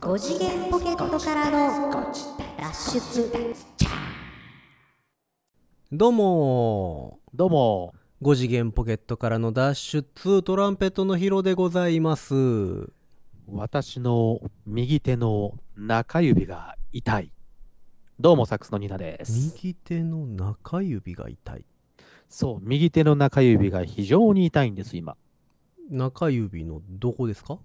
5次元ポケットからの脱出どうもどうも、ー5次元ポケットからの脱出トランペットのヒロでございます私の右手の中指が痛い。どうも、サックスのニナです。右手の中指が痛いそう、右手の中指が非常に痛いんです、今。中指のどこですか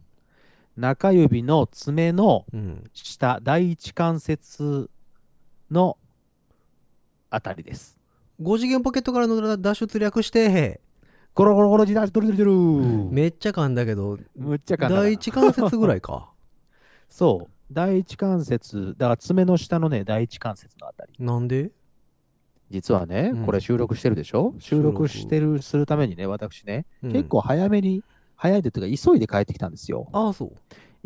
中指の爪のうん下、第一関節のあたりです。 5次元ポケットからの脱出略してゴロゴロゴロじだ、ドルドルドルむめっちゃ噛んだけどっちゃ簡単だな第一関節ぐらい かそう、第一関節、だから爪の下のね、第一関節のあたり。なんで実はねうん、これ収録してるでしょ収録してる、するためにね、私ね、結構早めに、早いでというか、急いで帰ってきたんですよ。ああそう、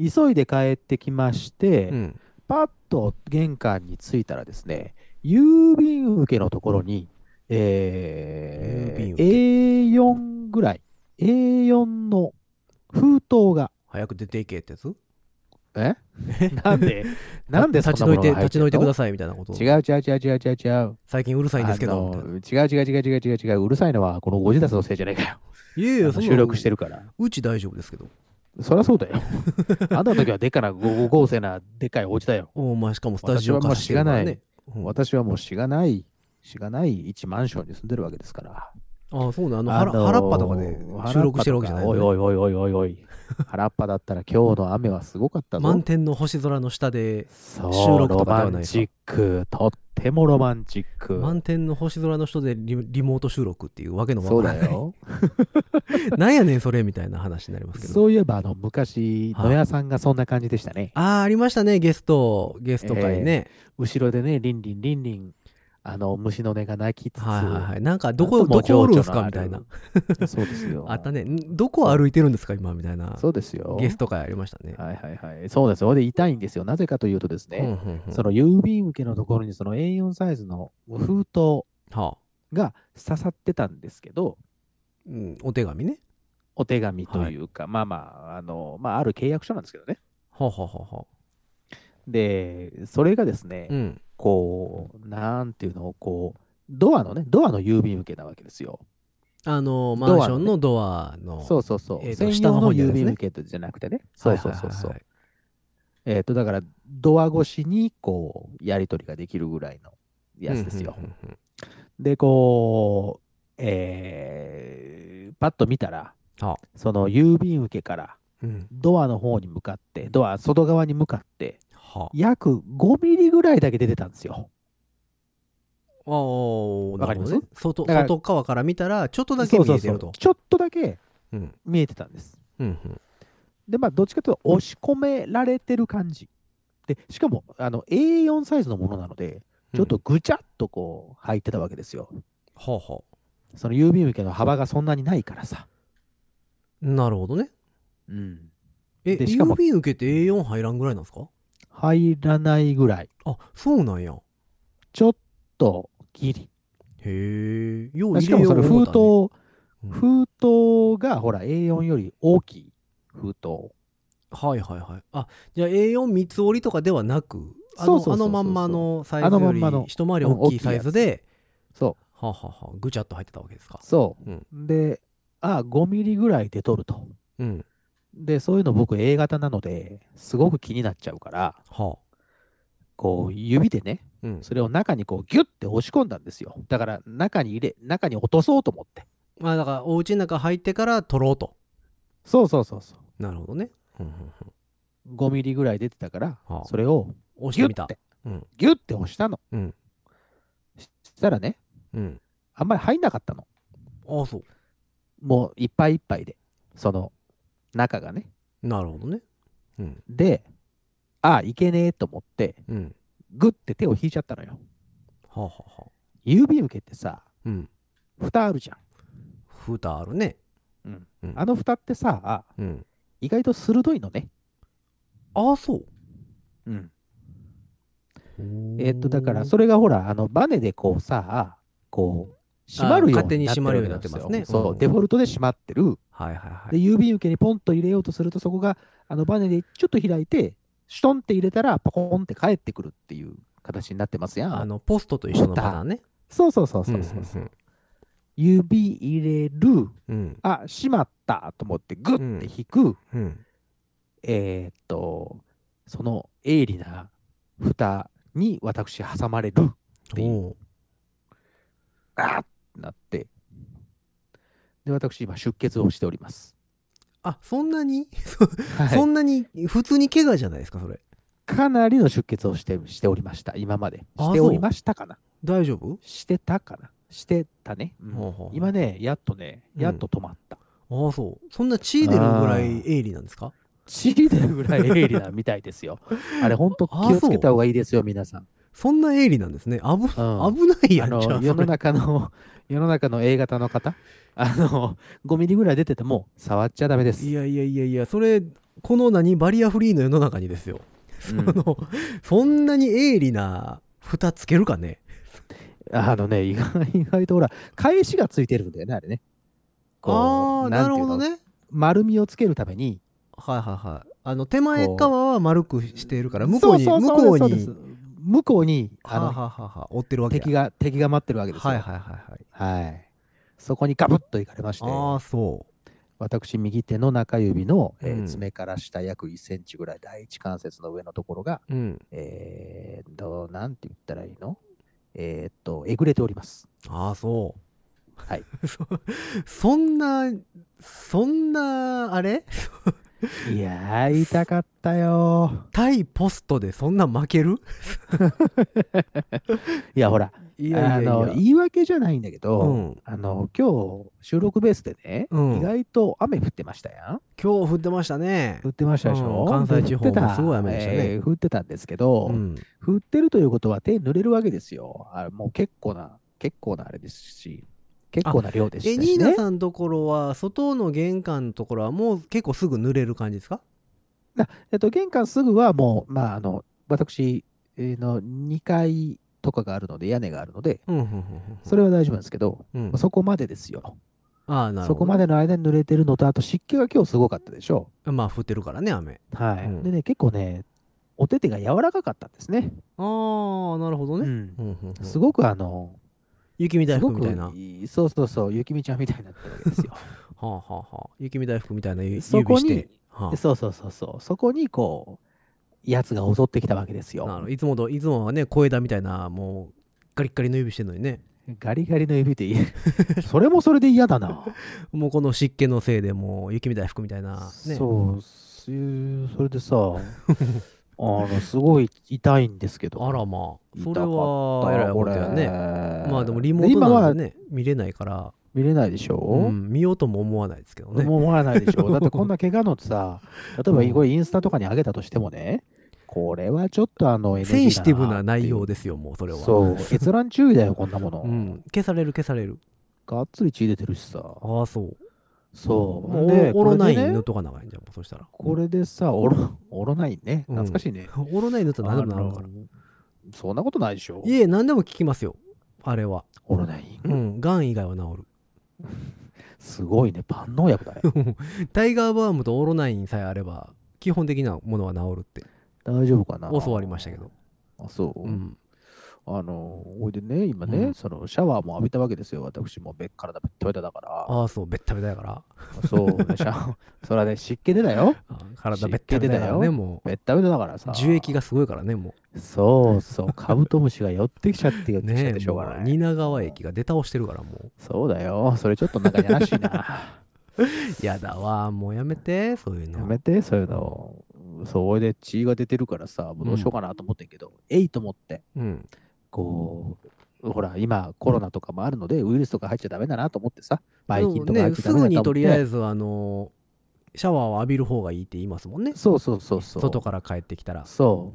急いで帰ってきまして、うん、パッと玄関に着いたらですね、郵便受けのところに、郵便え受けー、A4 ぐらい、A4 の封筒が、早く出ていけってやつえ な んで、なんでそん立ち退なもいのてが立入ってち退んのいてくださいみたいなこと違う違う違う違う違う違う。最近うるさいんですけあどみたいなの違う違う違う違う違う違う。うるさいのは、このご自宅のせいじゃないかよ。いやいやあの収録してるるから。うち大丈夫ですけどそりゃそう だよ。あんたの時はでっかな、ご豪勢な、でっかいお家だよ。お前しかもスタジオ私はもう貸してるからねうん私はもうしがない、しがない一マンションに住んでるわけですから。ああそうねあの、あの原ー原っぱとかで収録してるわけじゃないの原ねっぱとかおいおいおいおいおい。原っぱだったら今日の雨はすごかったぞ。満天の星空の下でそう収録とかロでマはないンさチック。とってもロマンチック。満天の星空の下でリリモート収録っていうわけのそわうからだないよ。 なんやねんそれみたいな話になりますけどそういえば、あの、昔、はい野屋さんがそんな感じでしたね。ああありましたねゲストゲスト会ね、後ろでね、リンリンリンリン、あの、虫の音が鳴きつつ。はいはいはいなんかどこあともどう情こ緒おるんすかのあみるたいな そうですよ。あったねんどこ歩いてるんですか今みたいなそうですよ。ゲスト会ありましたね、はいはいはい。そうですよ。で、痛いんですよ。なぜかというとですうんね、うんうんその郵便受けのところにその A4 サイズの封筒はあが刺さってたんですけど、うん、お手紙ねお手紙というか、まあまあ、あの、まあ、ある契約書なんですけどね。はあ、はあはあはあ、で、それがですね、うんこう、なんていうの、こう、ドアのね、ドアの郵便受けなわけですよ。あのドアのマねンションのドアのそうそうそう。えーと専下の方用のにあるや郵つね便受けじゃなくてね。そうそうそうそうはいはいはいは。いえっと、だから、ドア越しに、こう、やり取りができるぐらいのやつですよ。うんうんうんうんで、こう、えー、パッと見たら、はあその郵便受けからうん、ドアの方に向かって、ドア外側に向かって、は約5ミリぐらいだけ出てたんですよ。あー、わかりますなるほどね外だから外側から見たら、ちょっとだけ見えてそうるそうそとう。ちょっとだけうん見えてたんです。うんうんで、まあ、どっちかというと、押し込められてる感じ。で、しかも、あの、A4 サイズのものなので、ちょっとぐちゃっとこう、入ってたわけですよ。はあはその郵便受けの幅がそんなにないからさ。あなるほどね。うん。え、でしかも郵便受けて A4 入らんぐらいなんですか入らないぐらい。あ、そうなんや。ちょっと、ギリ。へえ。ようし入かれよもそう思の封ったね筒、封筒がほら A4 より大きい封筒。はいはいはい。あ、じゃあ A4 三つ折りとかではなく、あそうのそうそうそうあのまんまのサイズあのよまんりまの一回り大きいサイズで、そはあはあはあぐちゃっと入ってたわけですかう。。そう。うんで、あ、5ミリぐらいで撮ると。うん。で、そういうの僕 A 型なので、すごく気になっちゃうから、はあ。こう指でね、うん。それを中にこうギュッて押し込んだんですよ。だから中に入れ、中に落とそうと思って。まあだから、お家の中入ってから取ろうと。そうそうそうそう。なるほどね。うんうんうん5ミリぐらい出てたから、はあそれを押しギてュッみたて。、うんギュッて押したの。うんししたらね、うん。あんまり入んなかったの。ああ、そう。もういっぱいいっぱいで、その中がね。なるほどね。うん。で、ああ、いけねえと思って、うん。グッて手を引いちゃったのよ。はあ、はあはあ、郵便受けってさ、うん。蓋あるじゃん。蓋あるね。うんうんあの蓋ってさ、あうん。意外と鋭いのね。ああ、そう。えっと、だから、それがほら、あの、バネでこうさ、こう、閉まるようになっ勝手てるに閉まるようになってますねわけですよそうう、んデフォルトで閉まってる。はいはいはで、い。郵便受けにポンと入れようとすると、そこが、あの、バネでちょっと開いて、シュトンって入れたら、パコンって返ってくるっていう形になってますやあん。の、ポストと一緒のパターンね。そうそうそうそうそう。うん指入れる、うんあ、しまったと思って、グッて引く、うん。うん。えーっと、その鋭利な蓋に私挟まれる、うんおうあーってなって、で、私今出血をしております。あ、そんなに、はそい、んなに、普通に怪我じゃないですか、それ。かなりの出血をしてしておりました、今まで。あしておりましたかな大丈夫してたかなしてたね、うんほうほう今ね、やっとね、うんやっと止まった。ああ、そう。そんな血出るぐらい鋭利なんですかちぎれるぐらい鋭利なみた いですよ。あれ、本当気あをつけた方がいいですよ、皆さん。そんな鋭利なんですね。危、うん危ないやあん、のじゃあ、世そのれ。中の、 世の中の A 型の方、あの、5ミリぐらい出てても、触っちゃダメです。いやいやいやいや、それ、この何、バリアフリーの世の中にですよ。うんあの、そんなに鋭利な蓋つけるかね。あのね、意外意外とほら、返しがついてるんだよね、あれね。こうああ、ななんるていうほのどね。丸みをつけるために、はいはいはい。あの、手前側は丸くしているから、向こそううに、そう向そうこうそうでにす、向こうに、はあの、ははは、追ってるわけや敵が、敵が待ってるわけですよ。はいはいはいはい。はいそこにガブッといかれまして、ああ、そ私、右手の中指の、えーうん爪から下約1センチぐらい、第一関節の上のところが、う。うん。えー、と、なんて言ったらいいのえーっと、えぐれております。ああ、そう。はい。 そそんな、そんな、あれいやー、痛かったよ対ポストでそんな負けるー。いや、ほら、いあの、言い訳じゃないんだけど、うんあの、今日、収録ベースでね、うん意外と雨降ってましたやん。今日降ってましたね降。ってましたでしょ、うん関西地方も降ってたすごい雨でしたねえー降ってたんですけど、うん。降ってるということは手濡れるわけですよ。あもう結構な、結構なあれですし、結構な量でしえ、たニしーナね。さんのところは、外の玄関のところはもう結構すぐ濡れる感じですかえっと、玄関すぐはもう、まあ、あの、私えーの2階とかがあるので、屋根があるので、うん、うん、うんそれは大丈夫なんですけど、うん。うんまあ、そこまでですよ。ああ、なるほど。そこまでの間に濡れてるのと、あと湿気が今日すごかったでしょまあ、降ってるからね、雨。はい、うんでね、結構ね、お手手が柔らかかったんですね。ああ、なるほどね。うんうんうんすごくあの、雪見大す福ごみくたいな。は、そうそうそう、雪見ちゃんみたいになってるわけですよ。あ、はあはあ、雪見大福みたいなゆ指そこにして、はでそうそうそうそう、そこにこう、やつが襲ってきたわけですあ、なよ。るいつもといつもはね小枝みたいなもうガリッガリの指してるのにねガリガリの指でいい。 それもそれで嫌だな。もうこの湿気のせいでもう雪見大福みたいなねそう、すそれでさ、 あの、すごい痛いんですけど。あらまあそ痛れかったはえらいことやねまあでもリモートなんでね見れないから、今は見れないでしょ、うん、見ようとも思わないですけどね思わないでし ょ。だってこんな怪我のってさ、例うえんばこれインスタとかに上げたとしてもね、これはちょっとあの NG だなってセいうンシティブな内容ですよもうそれはそう、閲覧注意だよ、こんなもの。うん、消される消されるがっつり血出てるしさ。ああそうそう。もでうオロナイこれンで塗ねっとかなあかんじゃんもうそしたら これでさ、オ ロオロナインね。うん懐かしいね。オロナイン塗ったら何でもなるからあのそんなことないでしょ。いえ何でも聞きますよあれはオロナイうン。んがん以外は治るすごいね。万能薬だね。タイガーバームとオロナインさえあれば基本的なものは治るって大丈夫かな教わりましたけど。あ、そう。うんあの、おいでね、今ね、うんそのシャワーも浴びたわけですよ。私もべっからだべっとべただから。ああそうベッタベタやからそう、ね、シャワー。 それはね、湿気でだよ。あー体ベッタベタやから湿気出たねよもべったべただからうさ。樹液。がすごいからねもそうそう。カブトムシが寄ってきちゃって寄っうてきちゃっねてしょうがもなうい。蜷川駅が出倒してるからもそうだよ。それちょっとなんかやらしいな。うやだわもうやめてそういうのやめて、そういうの。そう、おいで血が出てるからさ、もうどうしようかなと思ってんけど、えいと思って、うんこう、ほら、今コロナとかもあるので、ウイルスとか入っちゃダメだなと思ってさ、ばい菌とか入っねちゃすダメぐだなにとと思っりあて。えずあのーシャワーを浴びる方がいいって言いますもんねそうそうそうそう。外から帰ってきたらそ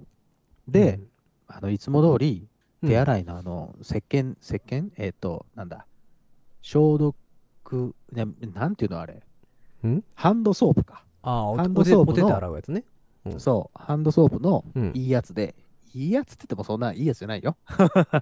う。で、あの、いつも通り、うん手洗いのあの、石鹸、石鹸えっ、と、なんだ、消毒、ななんていうのあれんハンドソープか。ああおハおンド手ソーおプの手で洗うやつねうんそう、ハンドソープのうんいいやつで、いいやつって言ってもそんないいやつじゃないよ。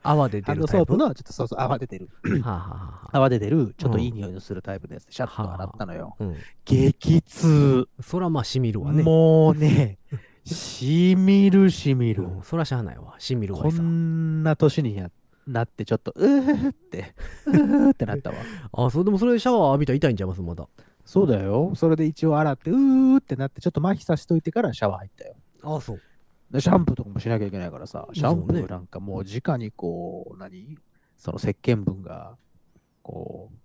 泡で出ハンるドタソイーププの、ちょっとそうそう、泡出てる。はあはあはあ泡出てる、ちょっといい匂いのするタイプのやつで、シャッと洗ったのよ。うん激痛。そらまあしみるわね もうね、しみるしみる。うんそらしゃあないわ。しみるわこいさ。んな年にやなってちょっと、うーって、うーってなったわ。あ、そう、でもそれでシャワー浴びたら痛いんちゃいますまだ。そうだよ。それで一応洗って、うーってなって、ちょっと麻痺さしといてからシャワー入ったよ。あ、そう。でシャンプーとかもしなきゃいけないからさ、シャンプそうねーなんかもう直にこう、何その石鹸分が、こう、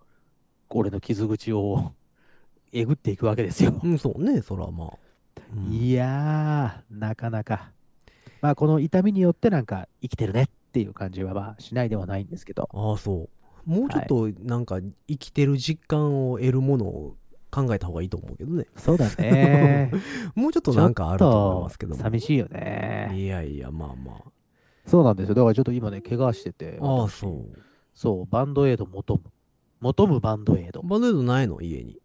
俺の傷口を えぐっていくわけですよ。うん、そうね、そらまあ。うんいやー、なかなか。まあ、この痛みによってなんか生きてるねっていう感じはまあしないではないんですけど。ああそうもうちょっとなんか生きてる実感を得るものを考えた方がいいと思うけどねそうだ ね。もうちょっとなんかあると思いますけども寂しいよね。いやいやまあまそうなんですよ。だからちょっと今ね、怪我してて。あああ私そうそう、バンドエイド求む。求むバンドエイド。バンドエイドないの家に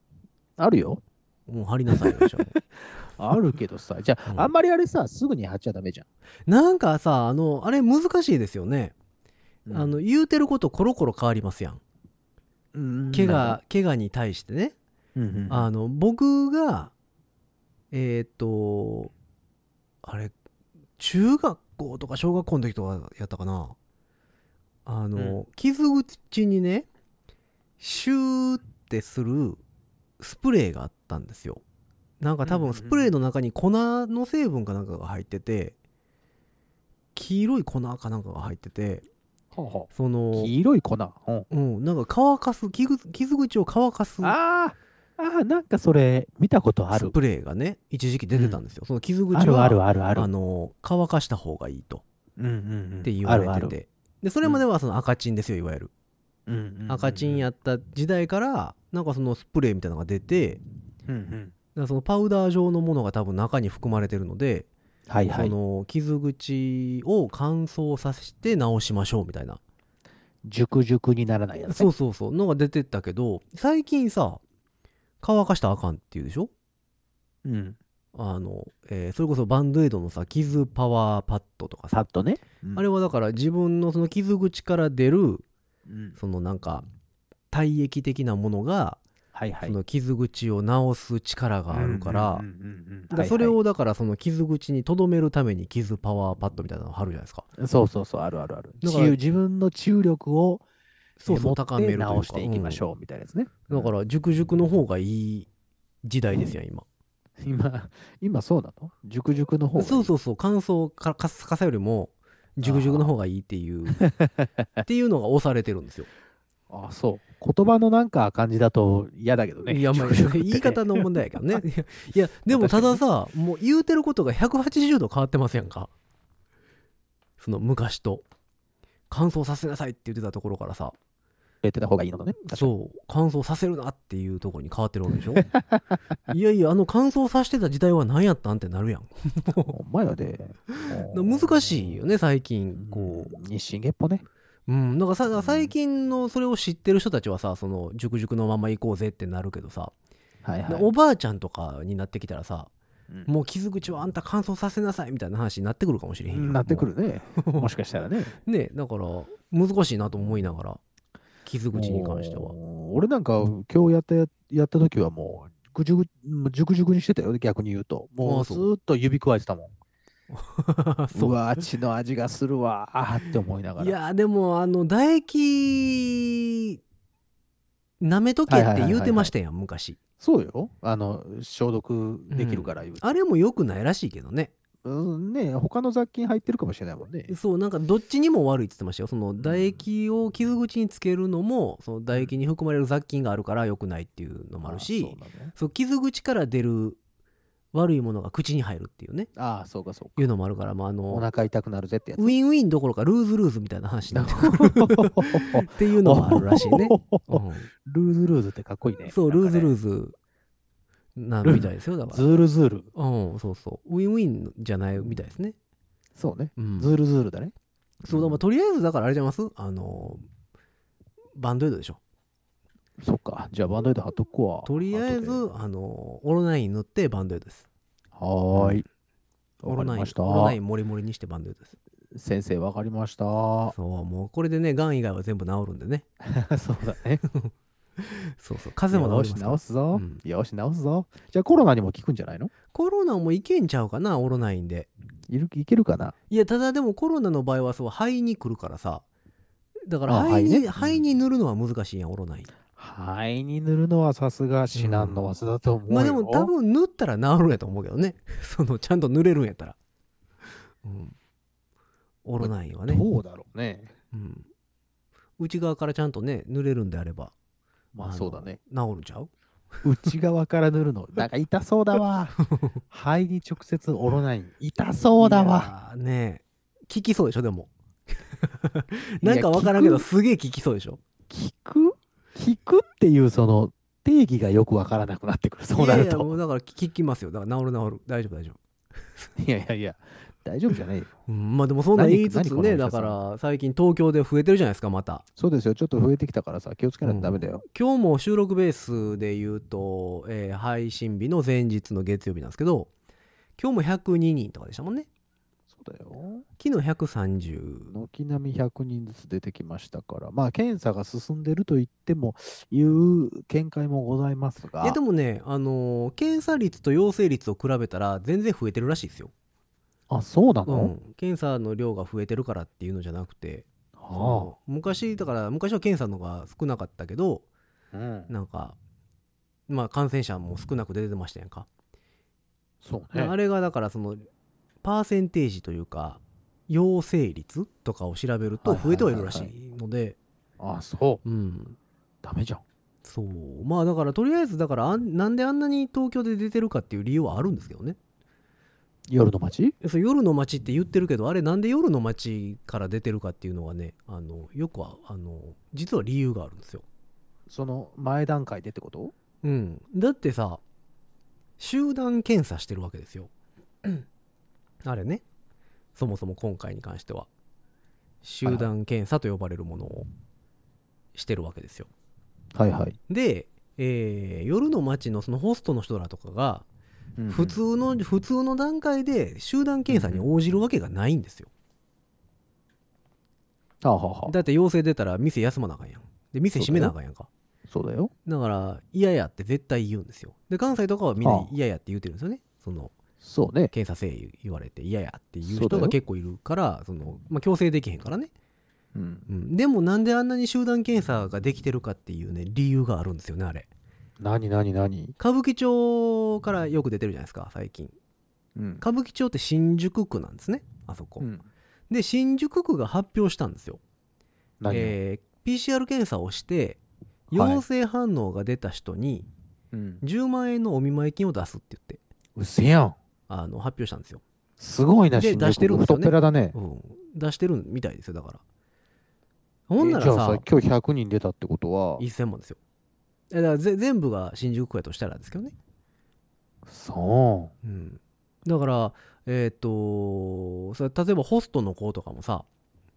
あるよ。もう貼りなさいよじゃああるけどさ、じゃ あ、うんあんまりあれさ、すぐに貼っちゃダメじゃなんかさあのあれ難しいですよね、ん。あの言うてることコロコロ変わりますやんうん、怪我怪我に対してねうんうん、あの僕がえーっとあれ中学校とか小学校の時とかやったかなあの、傷口にねシューってするスプレーがあったんですよなんか多うん分うんうスんプレーの中に粉の成分かなんかが入ってて黄色い粉かなんかが入っててほうほそうの黄色い粉。うん、うん、なんか乾かす傷傷口を乾かすあーあー、なんかそれ、見たことあスる。プレーがね一時期出てたんですよ、その傷口はあるあるあるある。あの乾かした方がいいとうんうんうんって言われてて、あるあるでそれまではその赤チンですよいわゆる、うんうんうんうん赤チンやった時代からなんかそのスプレーみたいなのが出てだかうんうんらそのパウダー状のものが多分中に含まれてるので、はいはそい。の傷口を乾燥させて治しましょうみたいな熟熟にならないやつね。そうそうそうのが出てったけど最近さ乾かしたらあかんっていうでしょうん。あの、えーそれこそバンドエイドのさ傷パワーパッドとかパさッとね。あれはだから自分のその傷口から出るうんそのなんか体液的なものがはいはそい。の傷口を治す力があるからうんうんうんうんうんだからそれをだからその傷口にとどめるために傷パワーパッドみたいなの貼るじゃないですかそうそうそう、あるあるある。だ治から癒自分の治癒力をそうそう持っ高てめるというか直していきましょうみたいなやつね。だから熟熟の方がいい時代ですやん今 今、今そうなの熟熟の方がいいそうそうそう乾燥からカサカサよりも熟熟の方がいいっていう っていうのが押されてるんですよあ、そう。言葉のなんか感じだと嫌だけどね。いやまあ熟熟ってね言い方の問題やけどねいやいやでもたださもう言うてることが180度変わってますやんかその昔と乾燥させなさいって言ってたところからさ言ってた方がいいのね。確かそう乾燥させるなっていうところに変わってるわけでしょ いやいやあの乾燥させてた時代は何やったんってなるやんにお前はで。難しいよね最近ここう。日進月歩ね。ううんなんかさ最近のそれを知ってる人たちはさその熟々のまま行こうぜってなるけどさはいではい。おばあちゃんとかになってきたらさうんもう傷口をあんた乾燥させなさいみたいな話になってくるかもしれへんよなってくる ね。もしかしたらね。もうねだから難しいなと思いながら傷口に関してはもう俺なんか今日やったややった時はもうぐじゅぐもうじゅぐじゅぐにしてたよ逆に言うともあうあずそうーっと指くわえてたもん そううわー血の味がするわーって思いながらいやでもあの唾液舐めとけって言うてましたやん昔そうよあの消毒できるから言う、あれも良くないらしいけどねうん、ね他の雑菌入ってるかもしれないもんねそうなんかどっちにも悪いって言ってましたよその唾液を傷口につけるのもその唾液に含まれる雑菌があるから良くないっていうのもあるしあーそうなのねそう傷口から出る悪いものが口に入るっていうねあーそうかそうかいうのもあるから、まあ、あおの腹痛くなるぜってやつウィンウィンどころかルーズルーズみたいな話にな ってっっていうのもあるらしい ね、うルーズルーズってかっこいいねん、そうルーズールーズなみたいですよだかズらールズールうんそうそうウィンウィンじゃないみたいですねそうねうんズールズールだねそうだからとりあえずだからあれじゃいますあのバンドエイドでしょそっかじゃあバンドエイド貼っとくわとりあえず後であのオロナイン塗ってバンドエイドですはーい。オわかロりナインました。オロナインモリモリにしてバンドエイドです先生、わかりました。そ そうもうこれでねがん以外は全部治るんでねうだね。そうそう風邪もよ治りし、ますから直すぞうん。よし、直すぞ。じゃあコロナにも効くんじゃないのコロナもいけんちゃうかなオロナインでいるいけるかないやただでもコロナの場合はそう肺に来るからさだからあ肺に,、肺ね肺に塗るのは難しいやんオロナイン肺に塗るのはさすが至難の技だと思うよ。まあでも多分塗ったら治るんやと思うけどね そのちゃんと塗れるんやったら、うん、オロナインはね、どうだろうね。うん、内側からちゃんとね塗れるんであればまああのそうだね。治るんちゃう内側から塗るの、なんか痛そうだ わ。肺に直接おろない。痛そうだわ。いやーねえ効きそうでしょでも なんかわからんけどいやすげえ効きそうでしょ効く効くっていうその定義がよくわからなくなってくる。そうなるいやいやもと。うだから効きますよだから治る治る大丈夫大丈夫いやいやいや、大丈夫じゃないよ。うん、まあでもそんなん言いつつ何何このねお医だ者かさんら最近東京で増えてるじゃないですかまたそうですよ。ちょっと増えてきたからさ、気をつけないとダメだよ。今日も収録ベースで言うと、えー配信日の前日の月曜日なんですけど今日も102人とかでしたもんねそうだよ。昨日130軒並み100人ずつ出てきましたから、まあ検査が進んでると言ってもいう見解もございますが。いやでもねあのー検査率と陽性率を比べたら全然増えてるらしいですよ、あ、そうなうの、ん、検査の量が増えてるからっていうのじゃなくては昔だから昔は検査のが少なかったけどあ、うんなんかまあ感染者も少なく出てましたやんかそうね。あれがだからそのパーセンテージというか陽性率とかを調べるとはいはい増えてはいるらはいはしいのであ、そう。うんダメじゃん。そうまあだからとりあえずだからあんなんであんなに東京で出てるかっていう理由はあるんですけどね夜の街そう夜の街って言ってるけどあれなんで夜の街から出てるかっていうのはねあのよくはあの実は理由があるんですよ、その前段階でってことうん、だってさ集団検査してるわけですよあれねそもそも今回に関しては集団検査と呼ばれるものをしてるわけですよはいはい。で、えー夜の街のそのホストの人らとかが普通の、普通の段階で集団検査に応じるわけがないんですよはあはあはあだって陽性出たら店休まなあかんやんで店閉めなあかんやんかそうだよ。だから嫌やって絶対言うんですよで関西とかはみんな嫌やって言うてるんですよねそのそうね。検査せえ言われて嫌やっていうそうだ人がよ結構いるからその、まあ、強制できへんからね、うん。うん、でもなんであんなに集団検査ができてるかっていうね理由があるんですよねあれ何何何歌舞伎町からよく出てるじゃないですか最近うん。歌舞伎町って新宿区なんですねあそこ、うんで新宿区が発表したんですよ、何をえー PCR 検査をしてはい陽性反応が出た人にうん。 10万円のお見舞い金を出すって言ってうせやん。あの発表したんですよ、すごいな、で新宿出してるんです太よっねぺらだね。うん、出してるみたいですよだからほんならえじゃあささ、今日100人出たってことは、 1000万ですよえだからぜ全部が新宿区やとしたらですけどね、そうん、だからえっ、とそれ例えばホストの子とかもさ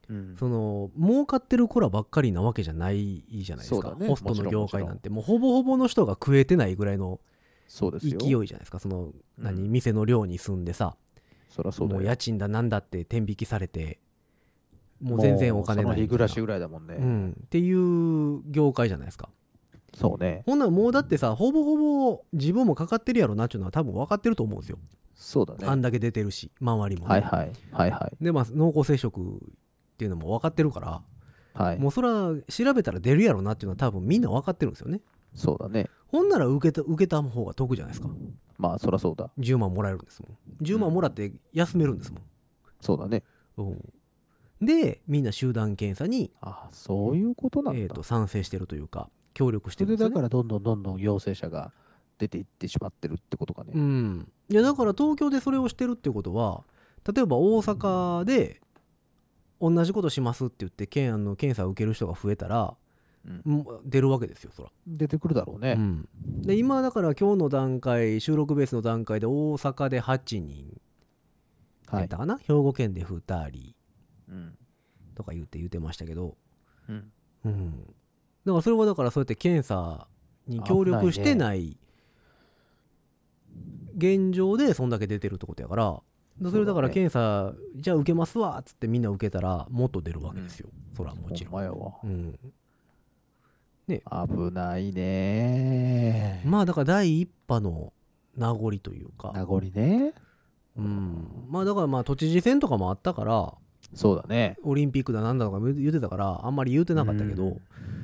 う。うんその儲かってる子らばっかりなわけじゃないじゃないですそうか、だねホストもちのろん業界なんてもうほぼほぼの人が食えてないぐらいのそうです勢いよ。じゃないですかその何、店の寮に住んでさそりゃそうだもうよ。家賃だなんだって天引きされてもう全然お金もうなそいのみ日たいな暮らしぐらいだもんね。うん、っていう業界じゃないですかそうね。ほんならもうだってさほぼほぼ自分もかかってるやろなっていうのは多分分かってると思うんですよ、そうだね。あんだけ出てるし周りもね、はいはい。はいはい。でまあ濃厚接触っていうのも分かってるから、はい。もうそれは調べたら出るやろなっていうのは多分みんな分かってるんですよねそうだね。ほんなら受けた受けた方が得じゃないですかまあ、そりゃそうだ。 10万もらえるんですもん10万もらって休めるんですもそうだね。ん、うんでみんな集団検査に、あそういうことなんだ。えーと賛成してるというか協力しそてれるんでですよ、だね、からどんどんどんどん陽性者が出ていってしまってるってことかね。うん、いやだから東京でそれをしてるってことは例えば大阪で同じことしますって言って検あの検査を受ける人が増えたら、うんもう出るわけですよそら、出てくるだろうね。うんで今だから今日の段階収録ベースの段階で大阪で8人はやっいた。かな、兵庫県で2人うんとか言って言ってましたけど、うんうん、だからそれはだからそうやって検査に協力してない現状でそんだけ出てるってことやからでそれだからそうだ検査じゃあ受けますわっつってみんな受けたらもっと出るわけですよ、そらもちろん、お前は。うん、ね危ないね。まあだから第一波の名残という名か、残ね。うん、まあだからまあ都知事選とかもあったからそうだね。オリンピックだなんだとか言ってたからあんまり言うてなかったけど、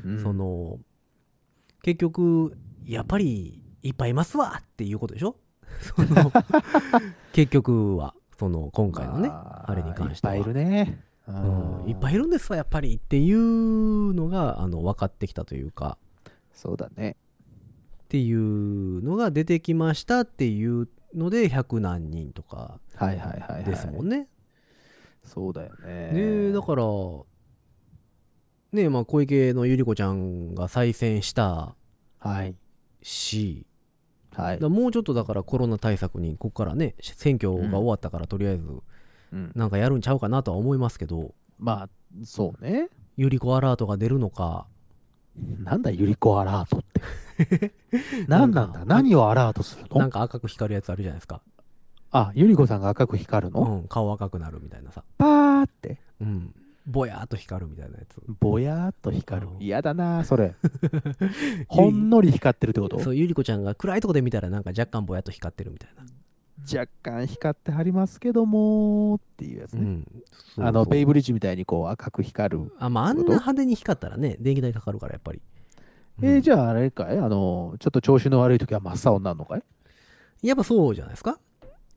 うんその結局やっぱりいっぱいいますわっていうことでしょ そ の結局はその今回のね、まあれに関してはいっぱいいるね。ううん、いっぱいい。いるんですわやっぱりっていうのがあの分かってきたというかそうだね。っていうのが出てきましたっていうので100何人とかはいはいはい、はい。ですもんね。そうだよね。ねだからねまあ小池の百合子ちゃんが再選したら。はい。しはいだか。らもうちょっとだからコロナ対策にここからね選挙が終わったからとりあえずうん、なんかやるんちゃうかなとは思いますけどまあ、そうね。百合子アラートが出るのかなんだ、ゆりこアラートって。 何ななんだんか何をアラートするなんのか赤く光るやつあるじゃないですか、あ、ゆりこさんが赤く光るの、うん、顔赤くなるみたいなさパーって、うん、ぼやーっと光るみたいなやつぼやーっと光るう。ん嫌だな あ、それ。 ほんのり光ってるってことそうゆり子ちゃんが暗いとこで見たらなんか若干ぼやっと光ってるみたいな、若干光ってはりますけどもーっていうやつうね。ん、あのベイブブリッジみたいにこう赤く光る。あ,、まあ、あんな派手に光ったらね電気代かかるからやっぱり、えうーんじゃああれかいあの、ちょっと調子の悪い時は真っ青になるのかいやっぱそうじゃないですか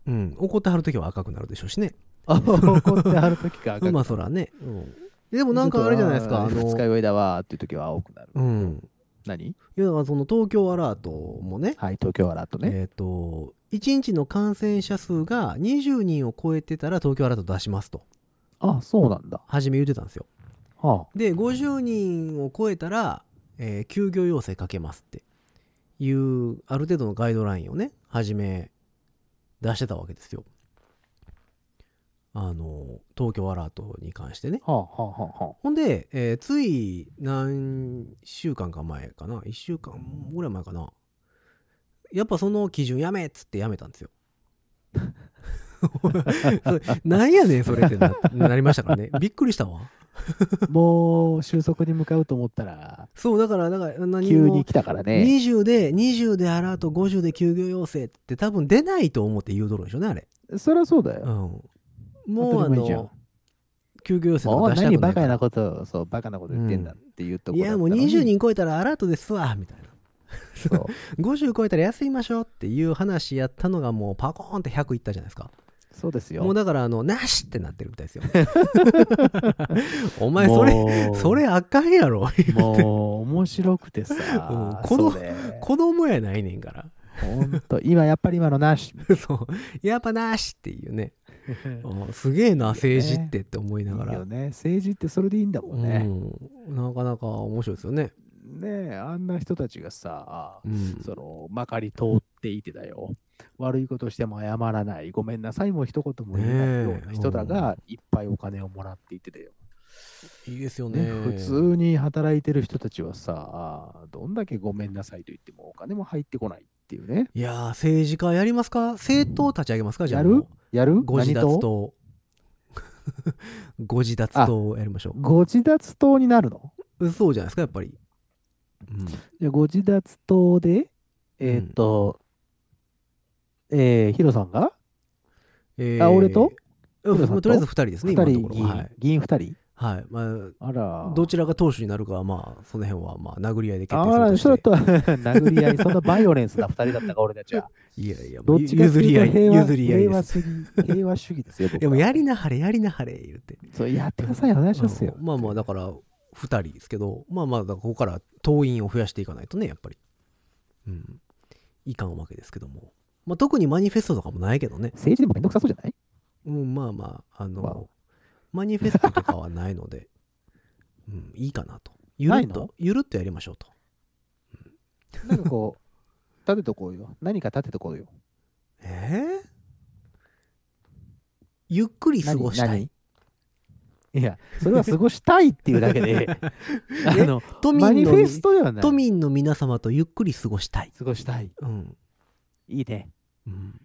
うん怒ってはる時は赤くなるでしょうしねあ 怒ってはる時が赤くまあそらね、うんでもなんかあれじゃないですかあちょっとの二日酔いだわーっていう時は青くなる。うん何いやだからその東京アラートもねはい、東京アラートね。えっ、と1日の感染者数が20人を超えてたら東京アラート出しますとあ、そうなんだ。初め言ってたんですよはで50人を超えたら、えー休業要請かけますっていうある程度のガイドラインをね初め出してたわけですよあの東京アラートに関してねあ、はあ、はあ、はあ、はほんで、えーつい何週間か前かな1週間ぐらい前かなやっぱその基準やめっつってやめたんですよ それなんやねんそれってななりましたからねびっくりしたわ あ。もう収束に向かうと思ったら、そうだからだから何急もに来たからね。 20で20でアラート50で休業要請って多分出ないと思って言うとるんでしょうねあれ、そりゃそうだうんよ。、もうあ当たり前じゃんの休業要請ともかう出したく何なバいかカらなことを、そう、バカなこと言ってんだっていうとこいろだやったものうに。 20人超えたらアラートですわみたいなそう。 50超えたら休みましょうっていう話やったのがもうパコーンって100いったじゃないですかそうですよ。もうだからあのなしってなってるみたい ですよお前それれ それあかんやろもう面白くてさ、うんここののそれ子供やないねんから 本当今やっぱり今のなしそうやっぱなしっていうね うんすげえな政治ってって思いいいながらよね政治ってそれでいいんだもんね、うん、なかなか面白いですよね。ねえあんな人たちがさ、うんそのまかり通っていてだよ悪いことしても謝らないごめんなさいも一言も言えないよねえうな人らがいっぱいお金をもらっていてだよ、いいですよね普通に働いてる人たちはさどんだけごめんなさいと言ってもお金も入ってこないっていうねいやー政治家やりますか政党立ち上げますかじゃあやるもやるうご自立何と党 ご自立党をやりましょご自立党になるのうそうじゃないですかやっぱり、うんでご自立党で、えーっと、えーヒロさんがえあ俺とうんヒロさんとまあとりあえず2人です2ね今のとこ人ろ議は員、はい、議員2人はいまああ、ら。どちらが党首になるかはまあその辺はまあ殴り合いで決あ定するら、とそれしてと 殴り合い、そんなバイオレンスな2人だっ たか、俺たちは。いやいやもどうっちかって譲いり合うと平い和譲り合い平で和す主義、平和主義ですよ、僕でもはやりなはれやりなはれ言うてそうやってください、お願いしますよう。んまあまあだから2人ですけどまあまあだからここから党員を増やしていかないとねやっぱりうんいかんわけですけども、まあ、特にマニフェストとかもないけどね、政治でもめんどくさそうじゃないうん、まあまああの、まあマニフェストとかはないので、 うん、いいかなとゆるないっのとゆるっとやりましょうとなんかこう、立てとこうよ。何か立てとこうよ。えーゆっくり過ごしたいいや、それは過ごしたいっていうだけで、あの、 都マ民ニのフェストではない。都民の皆様とゆっくり過ごしたい、過ごしたい。うんいいね。うん、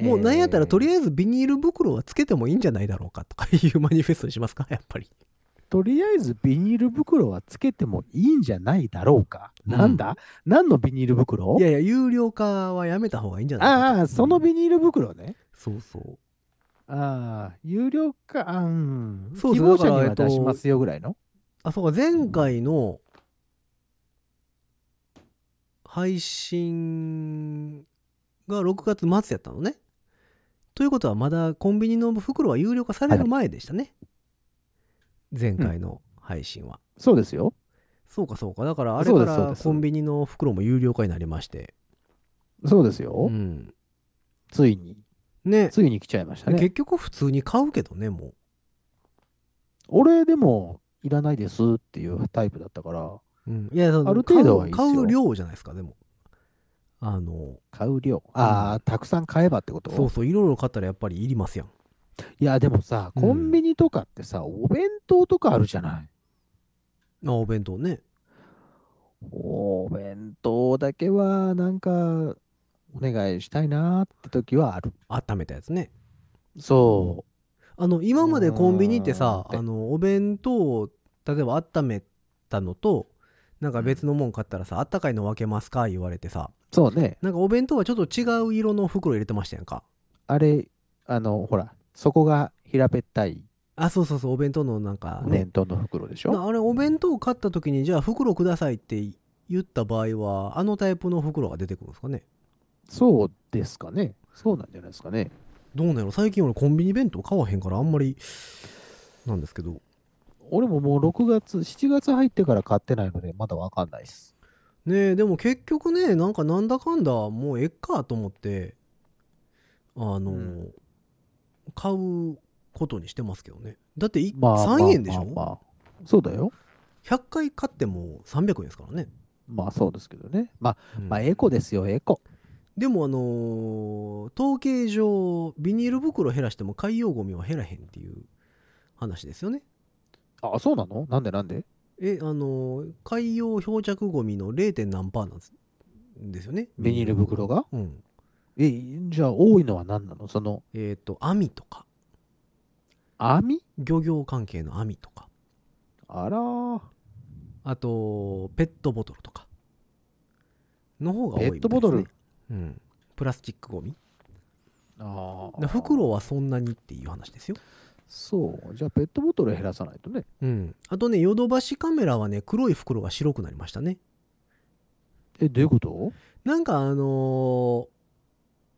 もうなんやったらとりあえずビニール袋はつけてもいいんじゃないだろうかとかいうマニフェストにしますかやっぱり。とりあえずビニール袋はつけてもいいんじゃないだろうか。なんだ何のビニール袋いやいや、有料化はやめた方がいいんじゃないかとああ、そのビニール袋ね。そうそう。ああ、有料化、あうん、そう希そう望者だにからえはっと出しますよぐらいの。あ、そうか、前回の配信が6月末やったのね。ということは、まだコンビニの袋は有料化される前でしたね。前回の配信は。そうですよ。そうか、そうか。だから、あれそうかですそうらですコンビニの袋も有料化になりまして。そうですよ。うん。ついに、ね。ついに来ちゃいましたね。結局、普通に買うけどね、もう。俺でも、いらないですっていうタイプだったから、うん、いや、そのある程度はいいです買よう買う量じゃないですか、でも。あの、買う量。ああ、たくさん買えばってことそうそう、いろいろ買ったらやっぱりいりますやん。いや、でもさ、うんコンビニとかってさ、お弁当とかあるじゃない。あ、お弁当ね。お弁当だけは、なんか、お願いしたいなーって時はある。温めたやつね。そあの、今までコンビニってさ、うーんあの、お弁当を、例えば温めたのと、なんか別のもん買ったらさ、あったかいの分けますか言われてさ、う。そうね。なんかお弁当はちょっと違う色の袋入れてましたやんか。あれ、あの、ほら、そこが平べったいあ、そうそうそう、お弁当のなんかおね弁。当の袋でしょ。なあれ、お弁当買った時に、じゃあ袋くださいって言った場合は、あのタイプの袋が出てくるんですかね。そうですかね。そうなんじゃないですかね。どうなんやろ最近俺コンビニ弁当買わへんからあんまりなんですけど俺ももう6月、7月入ってから買ってないので、まだわかんないです。ねえでも結局ねなんかなんだかんだもうえっかと思ってあの、うん買うことにしてますけどねだってい、まあ、 3円でしょ、まあまあまあそうだよ。 100回買っても300円ですからね、まあそうですけどね。まあ、うんまあエコですよ、エコ。でもあのー統計上ビニール袋減らしても海洋ゴミは減らへんっていう話ですよねあ、そうなのなんでなんでえあのー海洋漂着ゴミの 0. 何パーなんですですよねビニール袋がうんえ、じゃあ多いのは何なのその、えっ、と網とか網漁業関係の網とかあらーあとペットボトルとかの方が多いみたいです、ね、ペットボトルうんプラスチックゴミあだ袋はそんなにっていう話ですよそう。じゃあペットボトル減らさないとね。うんあとねヨドバシカメラはね黒い袋が白くなりましたねえ、どういうことなんかあのー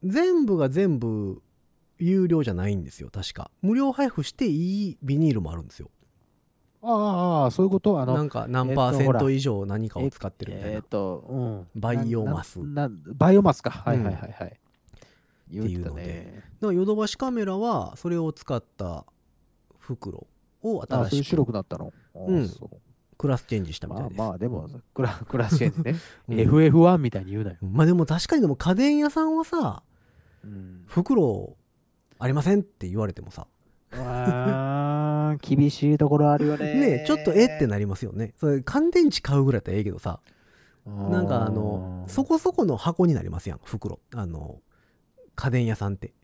全部が全部有料じゃないんですよ確か無料配布していいビニールもあるんですよああ、そういうことあのな、んか何えっとパーセほンらト以上何かを使ってるみたいえなーっと、うん。バイオマスなななバイオマスか。はいうんはいはいはい。言ってたっていうね。だからヨドバシカメラはそれを使った袋をあ、新そういうし白くくなったの。あうんそうクラスチェンジしたみたまいあです、まあ、でも、クラ クラスチェンジね。うん FF1 みたいに言うなよ。まあでも確かにでも家電屋さんはさうん袋ありませんって言われてもさあー厳しいところあるよね。ねえちょっとえってなりますよねそれ乾電池買うぐらいだったらええけどさうんなんかあのそこそこの箱になりますやん袋あの家電屋さんって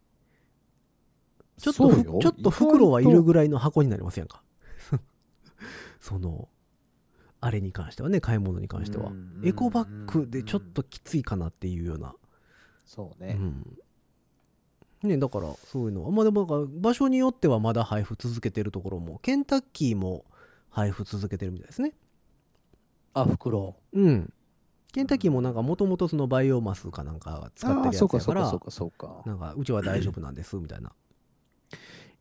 ちょっとそうふよちょっと袋はいるぐらいの箱になりますやん かそのあれに関してはね買い物に関してはうんうんエコバッグでちょっときついかなっていうような、そううね、んね、だからそういうのはまあでもなんか場所によってはまだ配布続けてるところもケンタッキーも配布続けてるみたいですねあ袋うんケンタッキーもなんかもともとそのバイオマスかなんか使ってあーるそやうつやかそかうからそうかそうかなんかうちは大丈夫なんですみたいな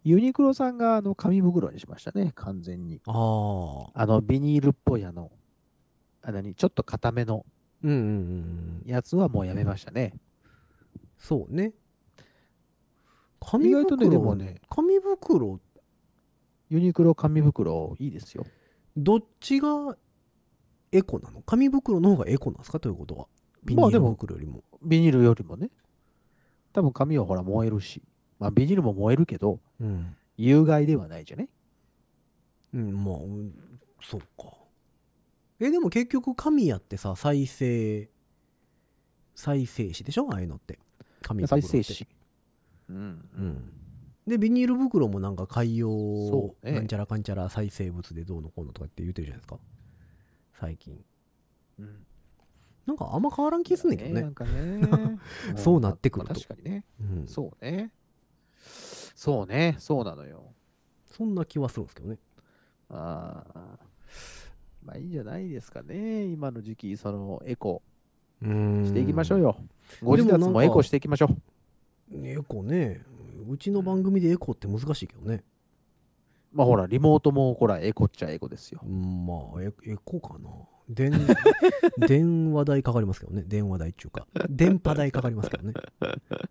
ユニクロさんがあの紙袋にしましたね完全にあああのビニールっぽいあのあ何ちょっと固めのうんうんうんやつはもうやめましたねそうね意紙外とねで袋、もね紙袋ユニクロ紙袋いいですよどっちがエコなの紙袋の方がエコなんですかということはビニまあーでルも袋よりも、ビニールよりもね多分紙はほら燃えるしまあビニールも燃えるけどうん、有害ではないじゃねうん、まあうんそうかえでも結局紙やってさ再生再生紙でしょああいうのって紙袋っ再て生紙うんうんでビニール袋もなんか海洋そうねなんちゃらかんちゃら再生物でどうのこうのとかって言ってるじゃないですか最近うんなんかあんま変わらん気すんねんけどねなんか ねそうなってくるとまあ確かにねうん、そそうねそうねそうなのよんな気はするんですけどねああまあいいんじゃないですかね今の時期そのエコしていきましょうよご自でも宅なんかもエコしていきましょうエコねうちの番組でエコって難しいけどね、まあほらリモートもほらエコっちゃエコですようん、まあエエコかな電 電話代かかりますけどね電話代っていうか電波代かかりますけどね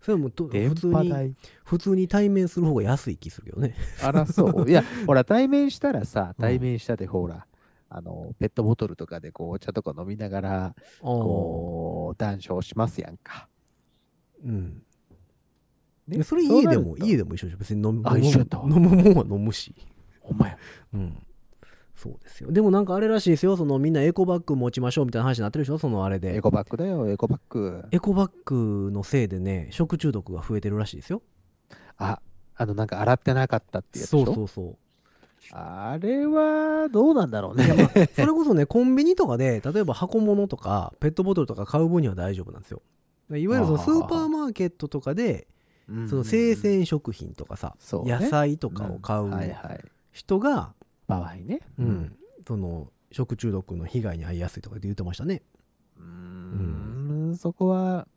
それはもうと普通に普通に対面する方が安い気するけどねあ らそう。いや、ほら、対面したらさ、うん対面したで、ほら、あの、ペットボトルとかで、こう、お茶とか飲みながら、ああこう、談笑しますやんか。うんねそれ家でも家で。でも一緒でしょ別に飲むあ一緒やったわ飲む もんは飲むしほんまや。うんそうですよでもなんかあれらしいですよそのみんなエコバッグ持ちましょうみたいな話になってるでしょそのあれでエコバッグだよ、エコバッグ。エコバッグのせいでね食中毒が増えてるらしいですよあ、あの、なんか洗ってなかったってやつでそしうょそうそうあれは、どうなんだろうね。 それこそねコンビニとかで例えば箱物とかペットボトルとか買う分には大丈夫なんですよいわゆるそのスーパーマーケットとかでうんその生。鮮食品とかさ、そうね野菜とかを買んはいうはい。人が、場合ね。うん。その食中毒の被害に遭いやすいとかって言ってましたねうーん、そこは、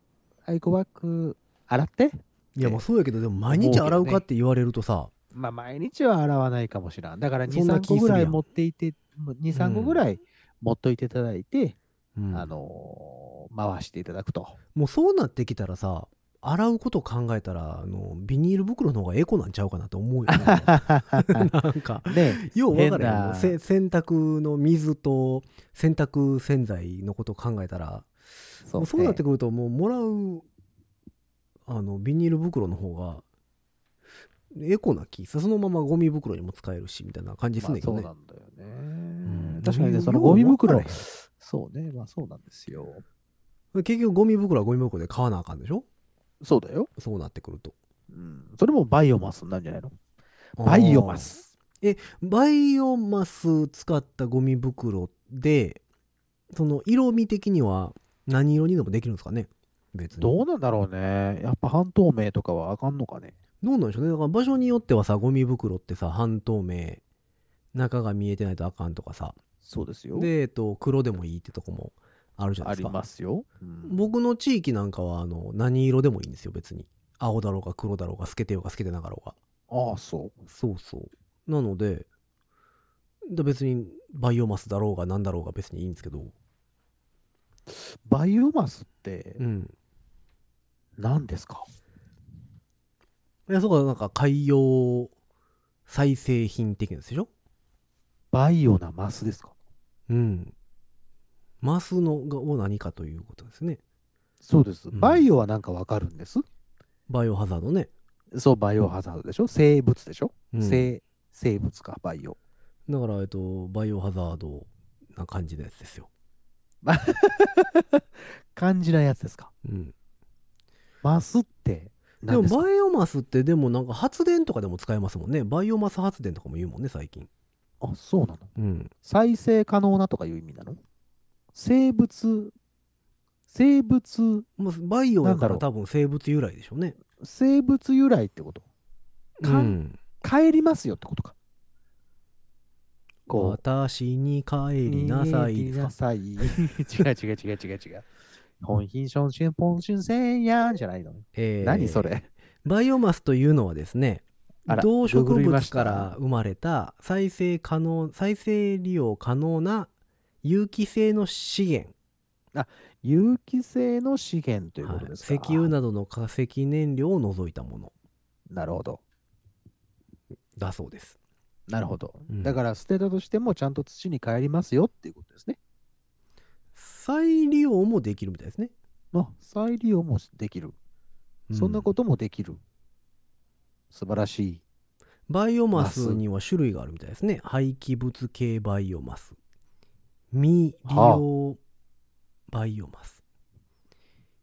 エコバッグ、洗って。いやまあそうやけどでも毎日洗うかって言われるとさ、まあ、毎日は洗わないかもしれん。だから2、そんな3気するや個んぐらい持っていて、2、3個ぐらい持っといていただいて、うんあのー回していただくと。もうそうなってきたらさ洗うこと考えたらあのビニール袋の方がエコなんちゃうかなと思うよ ねなんかね、よう分からへん変もなんせ洗濯の水と洗濯洗剤のことを考えたらそそう,、うそうなってくくるともうもらうあのビニール袋の方がエコな気そのままゴミ袋にも使えるしみたいな感じすんねんけそどうね、なんだようねん。確かによね、うそのゴミよう袋分か、そうね、まあそうなんですよ。れへん結局ゴミ袋はゴミ袋で買わなあかんでしょそうだよ。そうなってくるとうん、それもバイオマスになるんじゃないのバイオマス。バイオマス使ったゴミ袋でその色味的には何色にでもできるんですかね別にどうなんだろうね。やっぱ半透明とかはあかんのかね。どうなんでしょうねだから場所によってはさゴミ袋ってさ半透明中が見えてないとあかんとかさそうですよ。で、えっと、黒でもいいってとこもあるじゃなあいでりすかますよ。うん僕の地域なんかはあの何色でもいいんですよ別に青だろうが黒だろうが透けてようが透けてなかろうがああ、そう。そうそうなのでだ別にバイオマスだろうが何だろうが別にいいんですけどバイオマスってうん何ですか、いやそうかなんか海洋再生品的なんでしょバイオなマスですかうんマスのがを何かということですねそうです。うんバイオはなんかわかるんです、バイオハザードね、そう、バイオハザードでしょ生物でしょ、うん生生物か、バイオ。だから、えっと、バイオハザードな感じのやつですよ。感じなやつですかうん、マスってで何もですかバイオマスってでもなんか発電とかでも使えますもんねバイオマス発電とかも言うもんね最近、あ、そうなのうん、再生可能なとかいう意味なの生物、生物、まあバイオだかならんだ多分生物由来でしょうね生物由来ってことうかん、帰りますよってことか。こう、私に帰りなさいですかなさい。違う違う違う違う違う。本品ションシュンポンシュンせんやんじゃないの。えー何それバイオマスというのはですねあら動植ググりま物しかたら生まれた再生可能再生利用可能な有機性の資源有機性の資源ということですはか、い石油などの化石燃料を除いたものなるほど。だそうですなるほど。うんだから捨てたとしてもちゃんと土に帰りますよっていうことですね。再利用もできるみたいですね、あ、再利用もできる。そんなとこともできる。素晴らしい。バイオマスには種類があるみたいですね廃棄物系バイオマス未利用バイオマス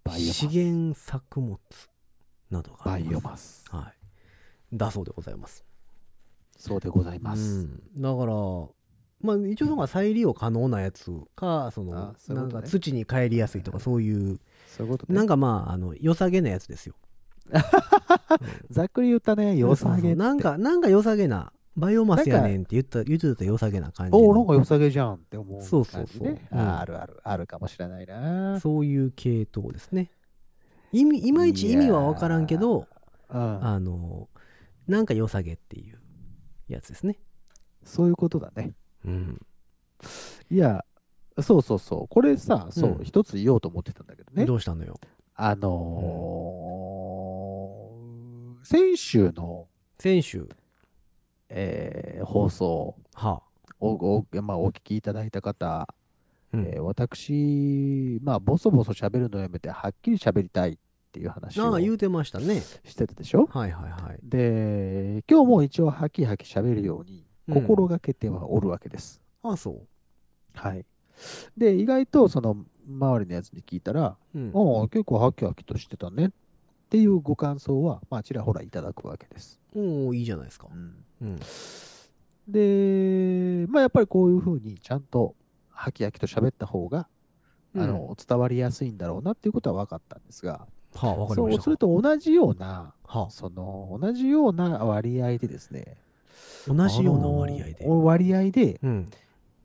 バイオマス。資源作物などがあバりイまオすマス。はい。だそうでございます。そうでございます。うん、だから、まあ、一応なんか再利用可能なやつかそのあそういうなこんとねか土に帰りやすいとかそういう、そういうことね。なんかまああの良さげなやつですよ。ざっくり言ったね、良さそうそげ。うなんかなんか良さげなバイオマスやねんって言った言ってた良さげな感じのおお、なんか良さげじゃんって思う感じ、ね。そうそうそううんあーあるある、あるかもしれないな。そういう系統ですね。意味いまいち意味は分からんけどうん、あのなんか良さげっていうやつですね。そういうことだね。うん、いや、そうそうそう。これさ、そうう、ん一、つ言おうと思ってたんだけどね。どうしたのよあのー先週の、先週えー放送はおお、まあ、お聞きいただいた方、あ、うんえー私、まあ、ボソボソ喋るのやめて、はっきり喋りたいっていう話あをあ言うてましたね。してたでしょはいはいはい。で、今日も一応はきはき喋るようにうん心がけてはおるわけです。ああそはい。で、意外とその周りのやつに聞いたら、う。うん、ああ、結構はきはきとしてたねっていうご感想は、まあ、ちらほらいただくわけです。おおいいじゃないですか。うん、で、まあ、やっぱりこういうふうにちゃんとはきはきと喋った方が、あの、伝わりやすいんだろうなっていうことは分かったんですが、はあ、わかりそまうした。それと同じような、はあ、その、同じような割合でですね、同じような割合であ。の割合で、うん。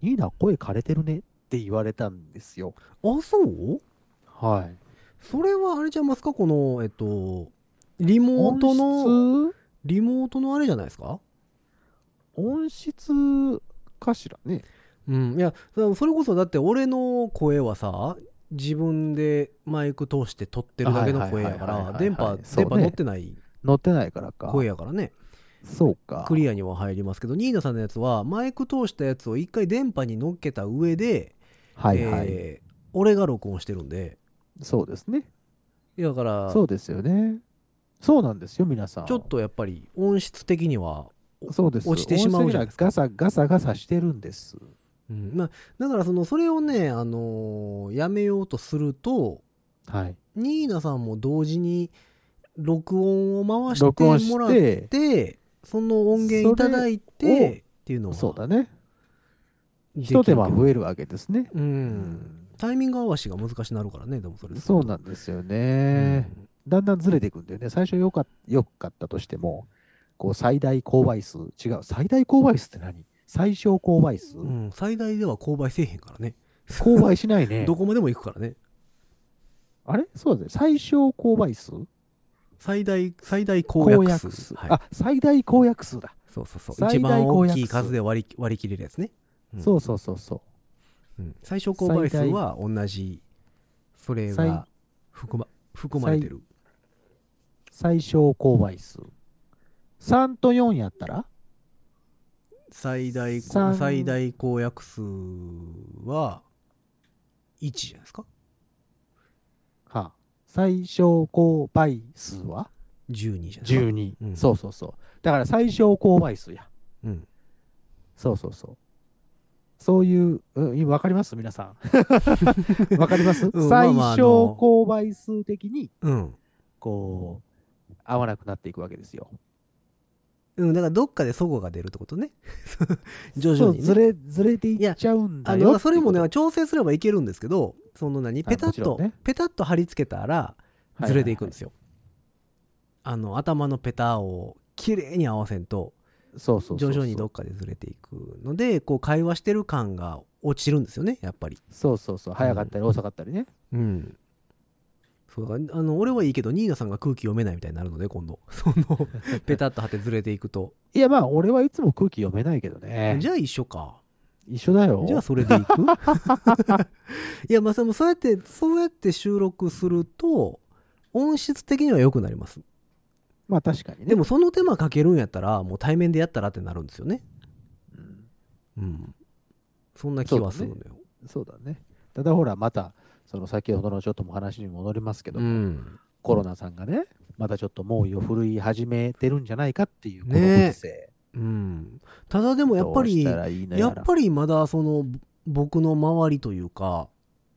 ニーナ声枯れてるねって言われたんですよ。あ、そうはい。それはあれじゃいますかこの、えっと、リモートの、音質リモートのあれじゃないですか音質かしらね。うん。いや、そそれこそだって俺の声はさ、自分でマイク通して撮ってるだけの声やかはいはいはら、いはいはいはい電波、そ電うね波乗ってない乗ってないからか。声やからね、そうか。クリアには入りますけど、ニーナさんのやつは、マイク通したやつを一回電波に乗っけた上で、はいはい。えー俺が録音してるんで、そうですね。だから、そうですよね。そうなんですよ、皆さん。ちょっとやっぱり音質的には、そうです落ちてしまうじゃないですか音声がガサガサガサしてるんです。うんまあ、だからそのそれをね、あのーやめようとするとはい。ニーナさんも同時に録音を回して録音もらしってて、その音源いただいそれをてっていうのはそうだね。でき一るけ手ど間増えるわけですね。う、。うんタイミング合わしが難しくなるからねでもそれそうなんですよね。だんだんずれていくんだよね。最初よかよかったとしても、こう最大勾配数、違う、最大勾配数って何最小勾配数、うん、うん最大では勾配せえへんからね勾配しないねど。こまでも行くからねあれそうだね。最小勾配数最大最大公約数はい、あ、最大公約数だ、そうそうそう一最大番公大約数きい数で割り割り切れるやつね、うんそうそうそうそうん最小公倍数は同じそれが含ま含まれてるう。最小公倍数。3と4やったら最大公三最大公約数は1じゃないですかはあ最小公倍数は12じゃないですか、 12、うんそうそうそう。だから最小公倍数や。うん、そうそうそう。そういう、うん、今わかります皆さん。 わかりまうす、んまあ最まあ小公倍数的に、うんこう、合わなくなっていくわけですよ。うん、だからどっかで齟齬が出るってことね徐々に、そうずね、れ、ずれていっちゃうんだあよのそれもってねこ調整すればいけるんですけどその何はペいタッもと、ちろんねペタッと貼り付けたらと、ずれていくんですよ。よ、あの頭のペタを綺麗に合わせんとそうそうそうそ徐う。々にどっかでずれていくのでこう会話してる感が落ちるんですよねやっぱりそうそうそう。早かったり遅かったりね。うんそうだからあの俺はいいけどニーナさんが空気読めないみたいになるので今度 そのペタッと貼ってずれていくといや、まあ、俺はいつも空気読めないけどね。じゃあ一緒か一緒だよ。じゃあそれでいく いやまあそのそうやってそうやって収録すると音質的には良くなりますまあ、確かにね。でも、その手間かけるんやったらもう対面でやったらってなるんですよねうん、うんそんな気はするのよそうだね。ただ、ほら、また、その先ほどのちょっとも話に戻りますけど、んコロナさんがね、またちょっと猛威を振るい始めてるんじゃないかっていう、このごねえ時世。うん、ただでもやっぱりどうしたらいいのややっらぱりまだそのぼ僕の周りというか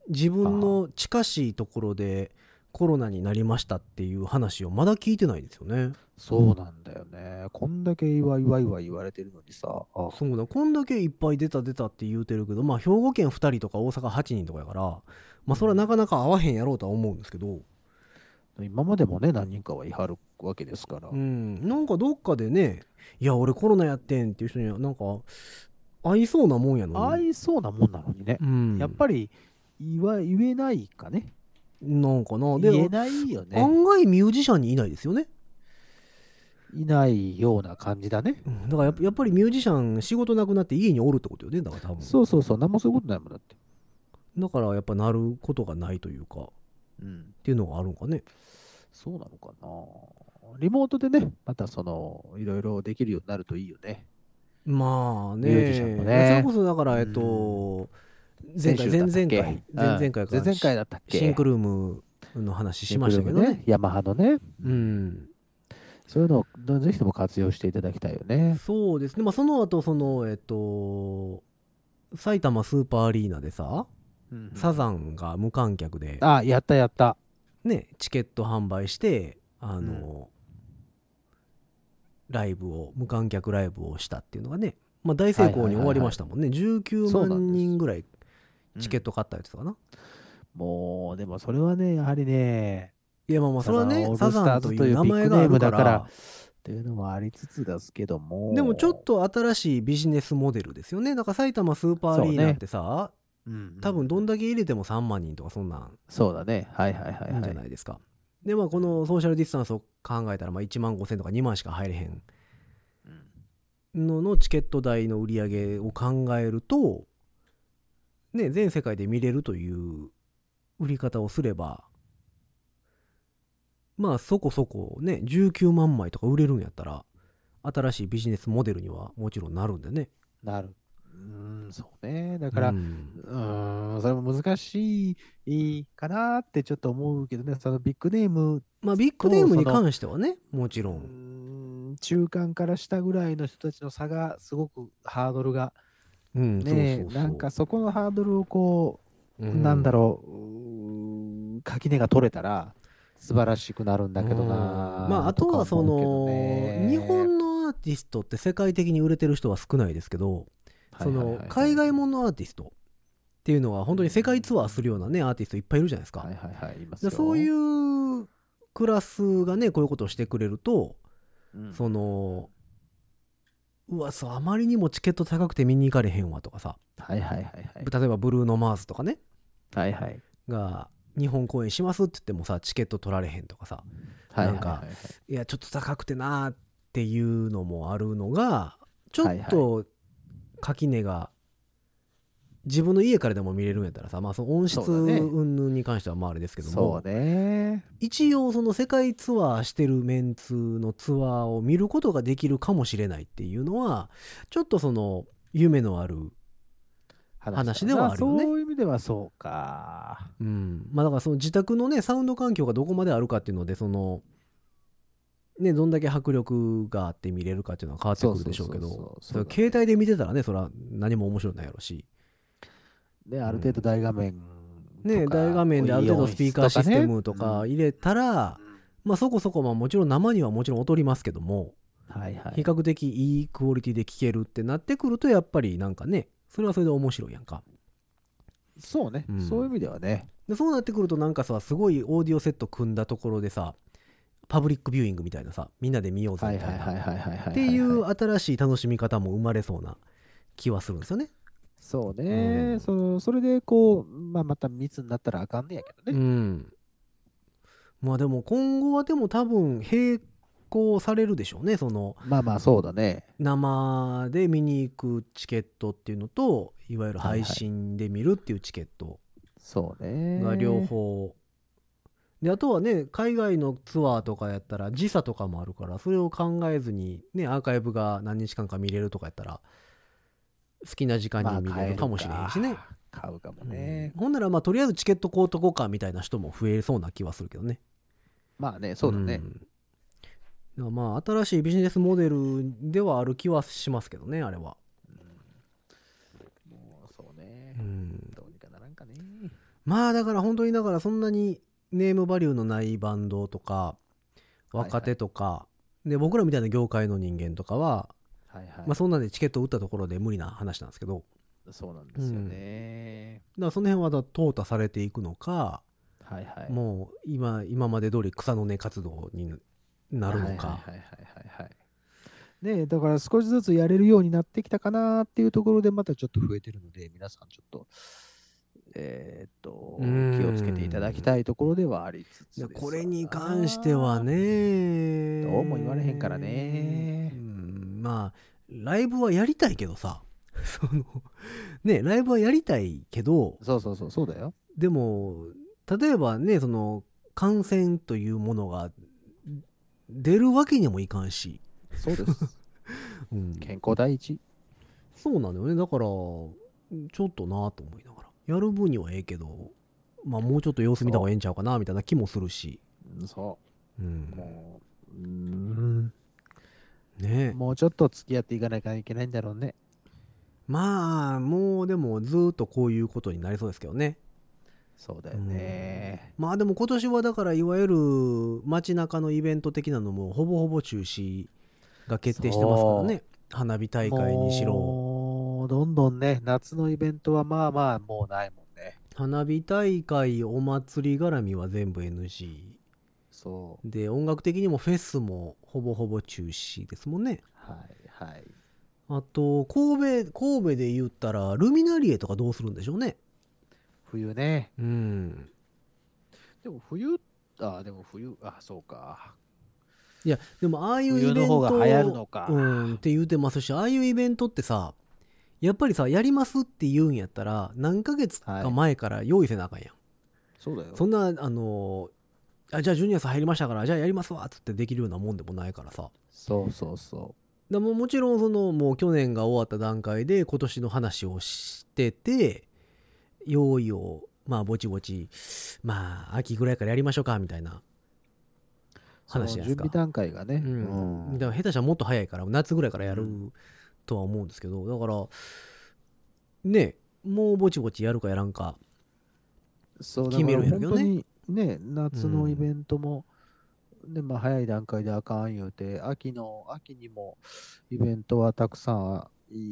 自分の近しいところでコロナになりましたっていう話をまだ聞いてないんですよね。そうなんだよね。こんだけいわいわいわ言われてるのにさ。あそうだこんだけいっぱい出た出たって言うてるけどまあ兵庫県2人とか大阪8人とかやからまあそれはなかなか合わへんやろうとは思うんですけど、今までもね、何人かは言い張るわけですから。うん、なんかどっかでね「いや俺コロナやってん」っていう人にはなんか合いそうなもんやのに、合いそうなもんなのにね。うん、やっぱり言わ言えないかね。なんかなで言えないよね。案外ミュージシャンにいないですよね、いないような感じだね。うんだからやっぱやっぱりミュージシャン仕事なくなって家におるってことよねだから多分そうそうそう、何もそういうことないもんだって。だからやっぱなることがないというかっうん。ていうのがあるんかねそうなのかな。リモートでね、またその、いろいろできるようになるといいよね。まあねミュージシャンもねそれこそだからえっと、前回前々先週だっ回前々回かたっけらうん前々回だったっけシンクルームの話しましたけどねね。ヤマハのね。うんそういうのをぜひとも活用していただきたいよね。そうですね、まあ、その後そのえっと埼玉スーパーアリーナでさ、サザンが無観客で、あ、やったやった。ね、チケット販売してあの、ライブを無観客ライブをしたっていうのがね、まあ、大成功に終わりましたもんね、そう19なん万です人ぐらいチケット買ったやつかな、もう、でもそれはね、やはりね、いやまあまあそれはねササザンザオーンルスタとーズいというう名前があるからビッグネームだからというのもありつつですけども。でもちょっ、と新しいビジネスモデルですよねだから埼玉スーパーアリーナってさ、うん多分どんだけ入れても3万人とかそんなんそうだね。はいはいはい、はい。じゃないですか。でまあこのソーシャルディスタンスを考えたら、まあ、1万5千とか2万しか入れへんうんののチケット代の売り上げを考えると、ね、全世界で見れるという売り方をすればまあそこそこね19万枚とか売れるんやったら新しいビジネスモデルにはもちろんなるんでね。なる。うーん、そうね。だから、ううんーん、それも難しいかなってちょっと思うけどね、そのビッグネーム、まあビッグネームに関してはねもちろうんーん中間から下ぐらいの人たちの差がすごくハードルがうんね、そうそうそうなんかそこのハードルをこうう、なんだろううー、垣根が取れたら素晴らしくなるんだけどなうんまああとはその、日本のアーティストって世界的に売れてる人は少ないですけど、その海外もののアーティストっていうのは本当に世界ツアーするようなねアーティストいっぱいいるじゃないですか、はいはいはいはいいますでよそういうクラスがねこういうことをしてくれると、うんそのうわそうあまりにもチケット高くて見に行かれへんわとかさはいはいはいはい例えばブルーノ・マーズとかねはいはいが日本公演しますって言ってもさチケット取られへんとかさはいなんかいやちょっと高くてなーっていうのもあるのがちょっと垣根が自分の家からでも見れるんやったらさ、まあ、その音質そうだね云々に関してはまああれですけども、そうね一応その世界ツアーしてるメンツのツアーを見ることができるかもしれないっていうのはちょっとその夢のある、話ではあるよねまそういう意味ではそうかうんまあ、だからその自宅のねサウンド環境がどこまであるかっていうのでその。ね、どんだけ迫力があって見れるかっていうのは変わってくるでしょうけどそうそうそうそうそれ携帯で見てたらねそれは何も面白くないやろうし、ねある程度大画面とかね、大画面である程度スピーカーシステムとかいい音質入れたら、とかねまあ、そこそこまあもちろん生にはもちろん劣りますけどもうんはいはい比較的いいクオリティで聴けるってなってくるとやっぱりなんかねそれはそれで面白いやんかそうね、うんそういう意味ではね。でそうなってくるとなんかさすごいオーディオセット組んだところでさパブリックビューイングみたいなさみんなで見ようぜみたいなっはいはいはていはうは。新しい楽しみ方も生まれそうな気はするんですよね。そうね、うんそのそれでこう、まあ、また密になったらあかんねやけどうね。ん、まあでも今後はでも多分並行されるでしょうねそのまあまあそうだね。生で見に行くチケットっていうのといわゆる配信で見るっていうチケットそうね。が両。方、であとはね海外のツアーとかやったら時差とかもあるからそれを考えずにねアーカイブが何日間か見れるとかやったら好きな時間まあに見れるかもしれへんしね、。買うかもね。うんほんならまあとりあえずチケット買うとこうかみたいな人も増えそうな気はするけどねまあね、そうだね。んだからまあ新しいビジネスモデルではある気はしますけどねあれは。もうそううね。んどうにかならんかね。まあだから本当にだからそんなにネームバリューのないバンドとかはい若手とか、で僕らみたいな業界の人間とかは、はいはい。まあ、そんなんでチケットを売ったところで無理な話なんですけどそうなんですよね。だからその辺はだ淘汰されていくのか、はいはい。もう今今まで通り草の根活動になるのか、はいはいはいはいはい、はい。ねえだから少しずつやれるようになってきたかなっていうところでまたちょっと増えてるので皆さんちょっとえーっとうーん気をつけていただきたいところではありつついやですこれに関してはねどうも言われへんからねうんまあライブはやりたいけどさ そのねライブはやりたいけどそうそうそうそうだよでも例えばねその感染というものが出るわけにもいかんし、そうです うん健康第一そうなのよねだからちょっとなと思いながらやる分にはええけどまあもうちょっと様子見た方がええんちゃうかなみたいな気もするし、うんそうんう、もううーんねもうちょっと付き合っていかなきゃいけないんだろうねまあもうでもずっとこういうことになりそうですけどねそうだよね、まあでも今年はだからいわゆる街中のイベント的なのもほぼほぼ中止が決定してますからね花火大会にしろもうどんどんね夏のイベントはまあまあもうないもんね花火大会お祭り絡みは全部 NG そうで音楽的にもフェスもほぼほぼ中止ですもんねはいはい。あと神戸神戸で言ったらルミナリエとかどうするんでしょうね冬ね。うんでも冬、あでも冬、あそうか。いやでもああいうイベ冬ントの方が流行るのか。うんって言うてますしああいうイベントってさやっぱりさやりますって言うんやったら何ヶ月か前から用意せなあかんやん、そうだよ。そんなあのあじゃあジュニアさん入りましたからじゃあやりますわっつってできるようなもんでもないからさそうそうそでももちろんそのもう去年が終わった段階で今年の話をしてて用意をまあぼちぼちまあ秋ぐらいからやりましょうかみたいなう。話じゃないです準か備段階がね。うん、だうから下手したらもっと早いから夏ぐらいからやるうんとは思うんですけどだからねもうぼちぼちやるかやらんかそうだ決かめるらんやろうけど本当ねにね、夏うのんイベントも、ねまあ、早い段階であかん言うて、秋の、秋にもイベントはたくさん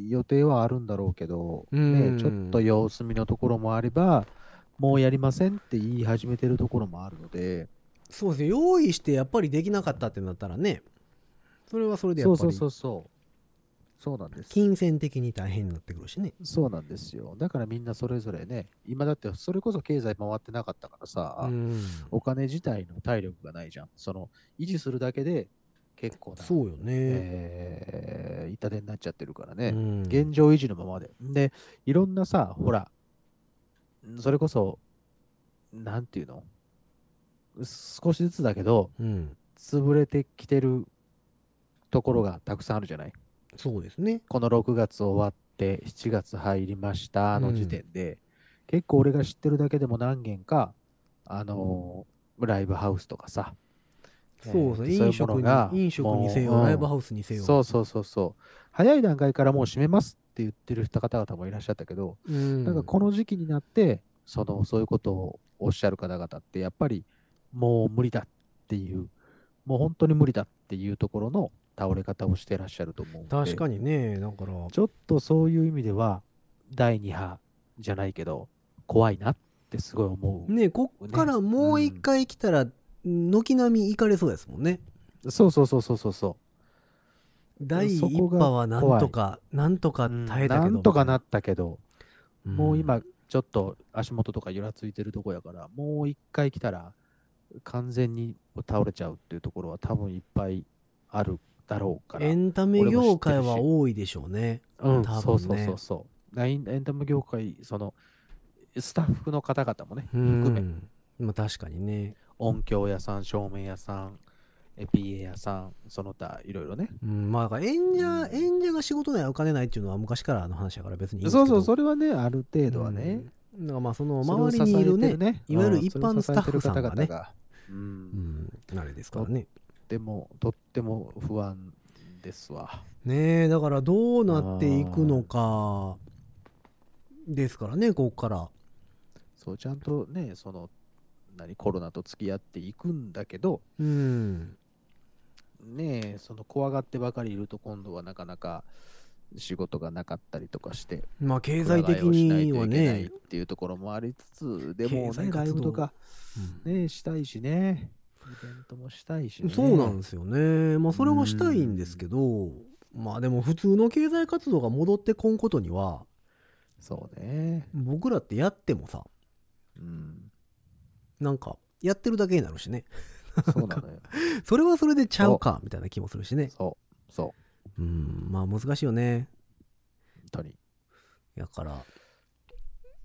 予定はあるんだろうけど、うんね、ちょっと様子見のところもあれば、もうやりませんって言い始めてるところもあるので、そうですね用意してやっぱりできなかったってなったらねそれはそれでやっぱそうりそうそうそうそうなんです金銭的に大変になってくるしねそうなんですよだからみんなそれぞれね今だってそれこそ経済回ってなかったからさ、うんお金自体の体力がないじゃんその維持するだけで結構なそうよね、えー痛手になっちゃってるからうね、ん現状維持のままででいろんなさほらそれこそなんていうの少しずつだけどうん潰れてきてるところがたくさんあるじゃないそうですねこの6月終わって7月入りましたの時点で、結構俺が知ってるだけでも何軒か、あのーライブハウスとかさ、そうですね、えー飲食そういうものにが飲食にせよ、もうライブハウスにせよそうそうそうそう、早い段階からもう閉めますって言ってる方々もいらっしゃったけど、う、ん、なんかこの時期になって、そのそういうことをおっしゃる方々って、やっぱりもう無理だっていう、もう本当に無理だっていうところの倒れ方をしてらっしゃると思うので。確かにねだからちょっとそういう意味では、第2波じゃないけど、怖いなってすごい思う。ねこっからもう一回来たら軒並み行かれそうですもんねそうそうそうそうそうそ第そ1こが波はなんとかなんとう。かうん耐えたけど、なんとかなったけど、んもう今、ちょっと足元とかゆらついてるとこやから、もう一回来たら、完全に倒れちゃうっていうところは多分いっぱいあるだろうから。エンタメ業界は多いでしょうねうん、多分ねそうそうそうそう。ラインエンタメ業界、その、スタッフの方々もね、うん含め、まあ確かにね音響屋さん、照明屋さん、え PA 屋さん、その他いろいろね。うんまあだから演者、うん演者が仕事ないお金ないっていうのは昔からの話だから別にいいんですけそどうそう、それはね、ある程度はね、うんだからまあそのそれを支周えりにいるてねいわゆる一般のスタッフさんがねそれを支えてる方々がう、うんんあれですからねでも、とっても不安ですわ。ねえだからどうなっていくのかですからねここからそう、ちゃんとね、その、何コロナと付き合っていくんだけどうん。ねえその怖がってばかりいると今度はなかなか仕事がなかったりとかしてまあ、経済的にはくら替えをしないといけないねっ。ていうところもありつつでも経済ね活動ライブとかうんねしたいしねイベントもしたいし、ね、そうなんですよね。まあ、それはしたいんですけど、まあでも普通の経済活動が戻ってこんことには、そうね僕らってやってもさ、うんなんか、やってるだけになるしね。そう なのよそれはそれでちゃうか、みたいな気もするしね。そうそううん、まあ難しいよね。本当にやから、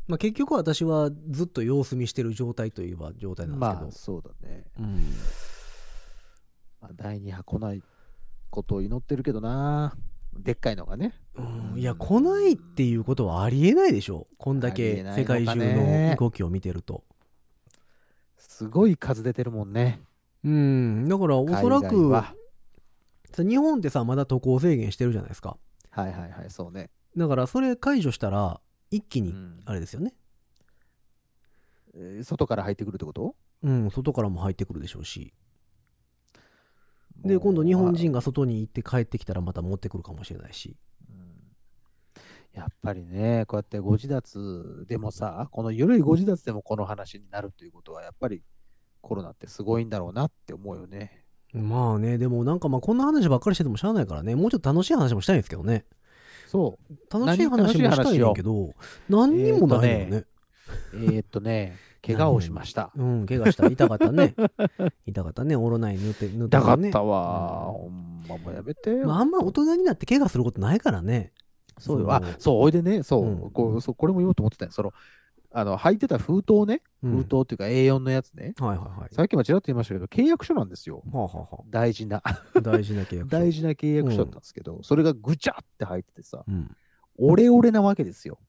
まあ結局私はずっと様子見してる状態といえば状態なんですけまどあ。そうだね、うんまあ、第2波来ないことを祈ってるけどなでっかいのがねうんいや来ないっていうことはありえないでしょこんだありけえない世のか界ね中の動きを見てるとすごい数出てるもんねうんだからおそら海外くは日本ってさまだ渡航制限してるじゃないですかはいはいはいそうね、だからそれ解除したら一気うにんあれですよねえー外から入ってくるってことうん外からも入ってくるでしょうしで今度日本人が、が外に行って帰ってきたらまた持ってくるかもしれないしうんやっぱりねこうやってご自立でもさこの緩いご自立でもこの話になるということはやっぱりコロナってすごいんだろうなって思うよねまあねでもなんかまあこんな話ばっかりしててもしゃあないからねもうちょっと楽しい話もしたいんですけどねそう楽しい話もしたいんだけど何にもないよね,、えーえーっ とね、怪我をしました。うん怪我した痛かったね痛かったねオロナイン塗って塗って痛かっねたわ、うほんまもうやめてよ。まあ、あんま大人になって怪我することないからねそうよ。そあの、そう、おいでね、そう、うんこうそうこれも言おうと思ってたよ。その、あの、履いてた封筒ね、うん封筒っていうか A4 のやつね、はいはいはいさっきもちらっと言いましたけど、契約書なんですよ。はあ、はあは大事な、あ、大事な契約書大事な契約書だったんですけど、それがぐちゃって入っててさ、うん、オレオレなわけですよ。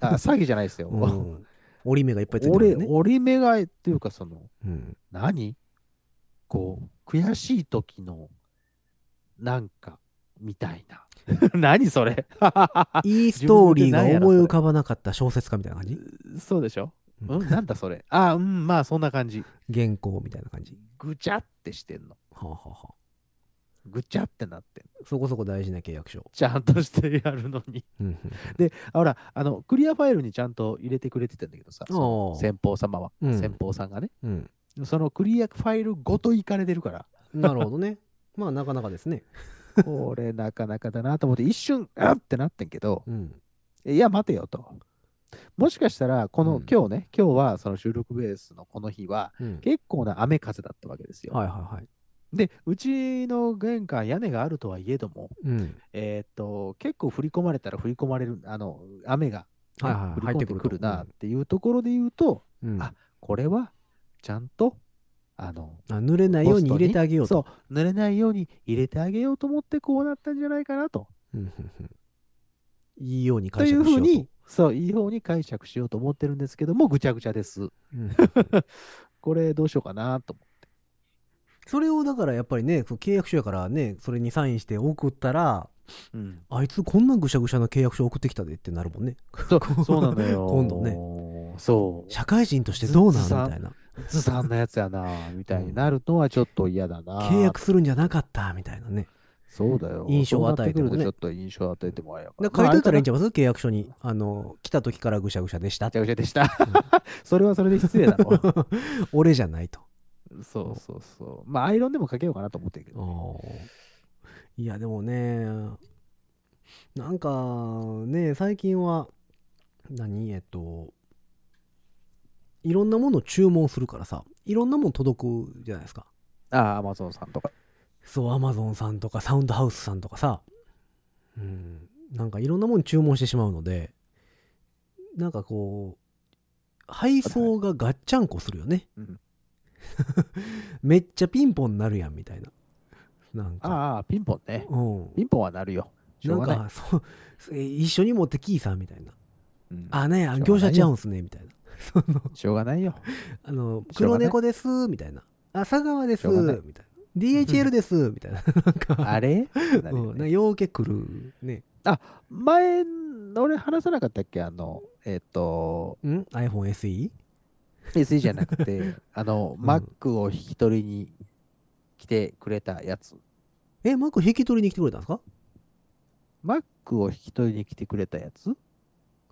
あ、詐欺じゃないですよ。うん、折り目がいっぱいついてる折よね、れ、折り目がっていうか、その、うん、何こう、悔しい時の、なんか、みたいな。 何それいいストーリーが思い浮かばなかった小説家みたいな感じ そうでしょ、ううんん、なんだそれ あうん、まあそんな感じ。原稿みたいな感じぐちゃってしてんの。はあ、はあはあ、ぐちゃってなってんの。そこそこ大事な契約書ちゃんとしてやるのに。 うんうんで、あほら、あの、クリアファイルにちゃんと入れてくれてたんだけどさ、 そのああ先方様は、うん先方さんがね、うんそのクリアファイルごといかれてる から、なるほどね まあなかなかですねこれなかなかだなと思って、一瞬、あってなってんけど、うんいや、待てよと。もしかしたら、この、うん今日ね、今日はその収録ベースのこの日は、うん結構な雨風だったわけですよ。はいはいはいで、うちの玄関、屋根があるとはいえども、うんえーっと、結構振り込まれたら振り込まれる、あの、雨が、ねはいはい振り込ん入でってくくるるとなっていうところで言うと、うん、ああこれは、ちゃんと、あの、濡れないように入れてあげようと。そう、濡れないように入れてあげようと思って、こうなったんじゃないかなと。うんうんうんいいようにと解いう釈しふよううと。に、そう、いい方に解釈しようと思ってるんですけども、ぐちゃぐちゃです。うんこれどうしようかなと思それをだからやっぱりね、その契約書やからね、それにサインして送ったら、う。うん、あいつこんなぐしゃぐしゃな契約書送ってきたでってなるもんね。 そうそうなのよ。今度ね。ね。そう。社会人としてどうなんずみさんたいな。ずさんなやつやな、みたいになるのはちょっと嫌だな。契約するんじゃなかったみたいなね。そうだよ。印象を与えてもねそうなってくるとちょっと印象を与えてもあれやかだから書いといたらいいんちゃゃいます契約書に。あの、来た時からぐしゃぐしゃでしたっぐちて。ゃぐちゃでした。それ はそれで失礼だろ。 俺じゃないと。そうそうそう。まあ、アイロンでもかけようかなと思ってるけど。いやでもねなんかね最近は何えっといろんなものを注文するからさいろんなもの届くじゃないですかああ、アマゾンさんとか。そうアマゾンさんとかサウンドハウスさんとかさうんなんかいろんなもの注文してしまうのでなんかこう配送がガッチャンコするよね、うん めっちゃピンポンなるやんみたいななんかああ、ピンポンね。うんピンポンはなるよ。しょなうんがない。かそうえ一緒に持ってきいさみたいなうん「あねしょうがないよ業者ちゃうんすね」みたいなしょうがないよ。 「あのしょう黒がない猫です」みたいな「あ佐川です」しょうがないみたいな「DHL です」みたいななんかあれってなるようんねなんかようけ来るね前、俺話さなかったっけあの、えっ、と、うん iPhoneSE? SE じゃなく て、あの、うん Mac を引き取りに来てくれたやつ。え、マック引き取りに来てくれたんですか Mac を引き取りに来てくれたやつ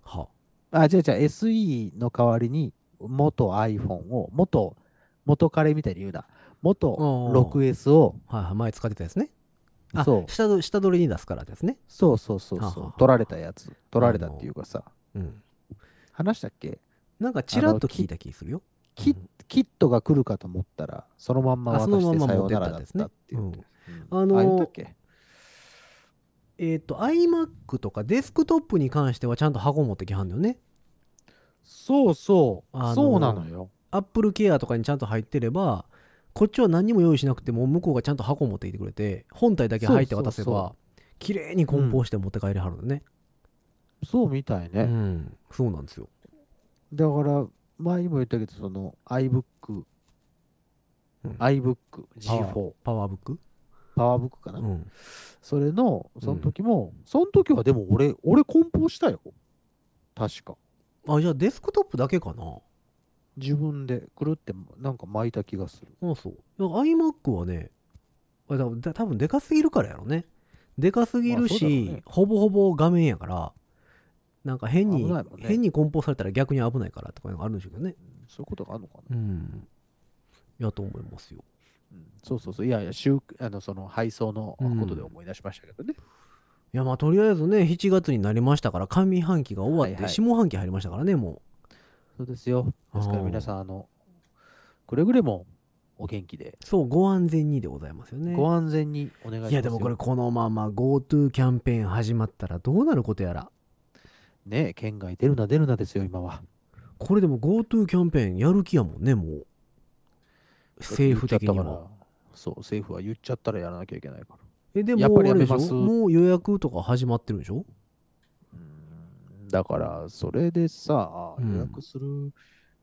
はあ、違う違う、SE の代わりに、元 iPhone を、元、元彼みたいに言うな。元おー 6S を、あはいはい、前使ってたやつね。あ、そう下取り下取りに出すからですね。そうそうそうははそはう、取られたやつ。取られたっていうかさ、うん。話したっけなんかちらっと聞いた気するよ。キキットが来るかと思ったら、そのまんまあその渡まんしてまさようなら持だっってったたんっですてねいう。うんあのーあ言ったっけえっ、と、iMac とかデスクトップに関してはちゃんと箱持ってきはんのよね。そうそう、あのーそうなのよ。 Apple Care とかにちゃんと入ってれば、こっちは何も用意しなくても向こうがちゃんと箱持ってきてくれて、本体だけ入って渡せそうそうば、綺麗に梱包して持って帰りはるのね。そうみたいうね。ん。そうなんですよ。だから、前にも言ったけど、その iBook、うん iBook あ G4、パワーブックパワーブックかうな、ん。それの、その時も、その時はでも俺、俺梱包したよ。確か。あ、じゃあデスクトップだけかな。自分でくるってなんか巻いた気がする。あそう。だから iMac はね、あだだ多分でかすぎるからやろね。でかすぎるまあそうだろうし、ねほぼほぼ画面やから、なんか変に、危ないもんね変に梱包されたら逆に危ないからとかいうのがあるんでしょうけどね。そういうことがあるのかな、うん。やと思いますよ。うんそうそうそう。いやいや、集あのその配送のことで思い出しましたけどね。いやまあとりあえずね、7月になりましたから、上半期が終わって、はいはい下半期入りましたからね、もそうですよ。ですから皆さん、あの、くれぐれもお元気で、う。そう、ご安全にでございますよね。ご安全にお願いしますよ。いやでもこれこのまま GoTo キャンペーン始まったらどうなることやら。ね、県外出るな出るなですよ、今は。これでも GoTo キャンペーンやる気やもんねもう政府的に言っちゃったはからそう政府は言っちゃったらやらなきゃいけないからえでやっもぱありやれめでしまょすもう予約とか始まってるんでしょだからそれでさうん予約する、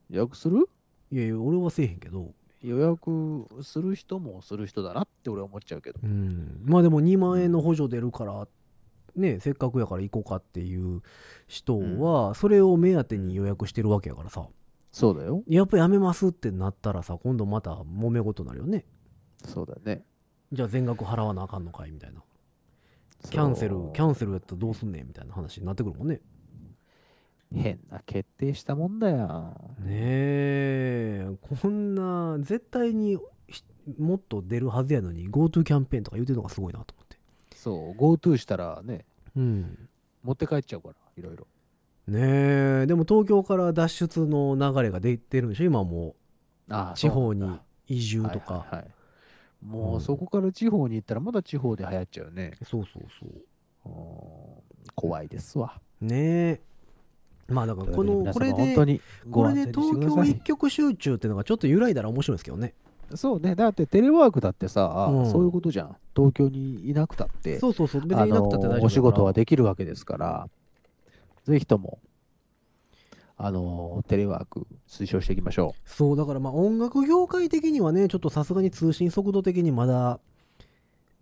予約するいやいや俺はせえへんけど予約する人もする人だなって俺は思っちゃうけどうんまあでも2万円の補助出るからねせっかくやから行こうかっていう人はそれを目当てに予約してるわけやからさそうだよやっぱやめますってなったらさ今度また揉め事になるよねそうだねじゃあ全額払わなあかんのかいみたいなキャンセルキャンセルやったらどうすんねんみたいな話になってくるもんね変な決定したもんだよねえこんな絶対にひもっと出るはずやのに GoTo キャンペーンとか言うてるのがすごいなと思ってそう GoTo したらねうん持って帰っちゃうからいろいろねえでも東京から脱出の流れが出てるんでしょ今もあう地方そうなんにだ移住とか、はいはいはいもううんそこから地方に行ったらまだ地方で流行っちゃうね、そうそうそううん怖いですわねえまあだからここののここれれでで本当にこごれ安で東全にしてくだ京さ一い。極集中っていうのがちょっと揺らいだら面白いんですけどねそうね、だってテレワークだってさ、うんそういうことじゃん。東京にいなくたって、そうそうそう別にいなくたって大丈夫だあかのらお仕事はできるわけですから、ぜひとも、あのテレワーク推奨していきましょそうだからまあ音楽業界的にはねちょっとさすがに通信速度的にまだ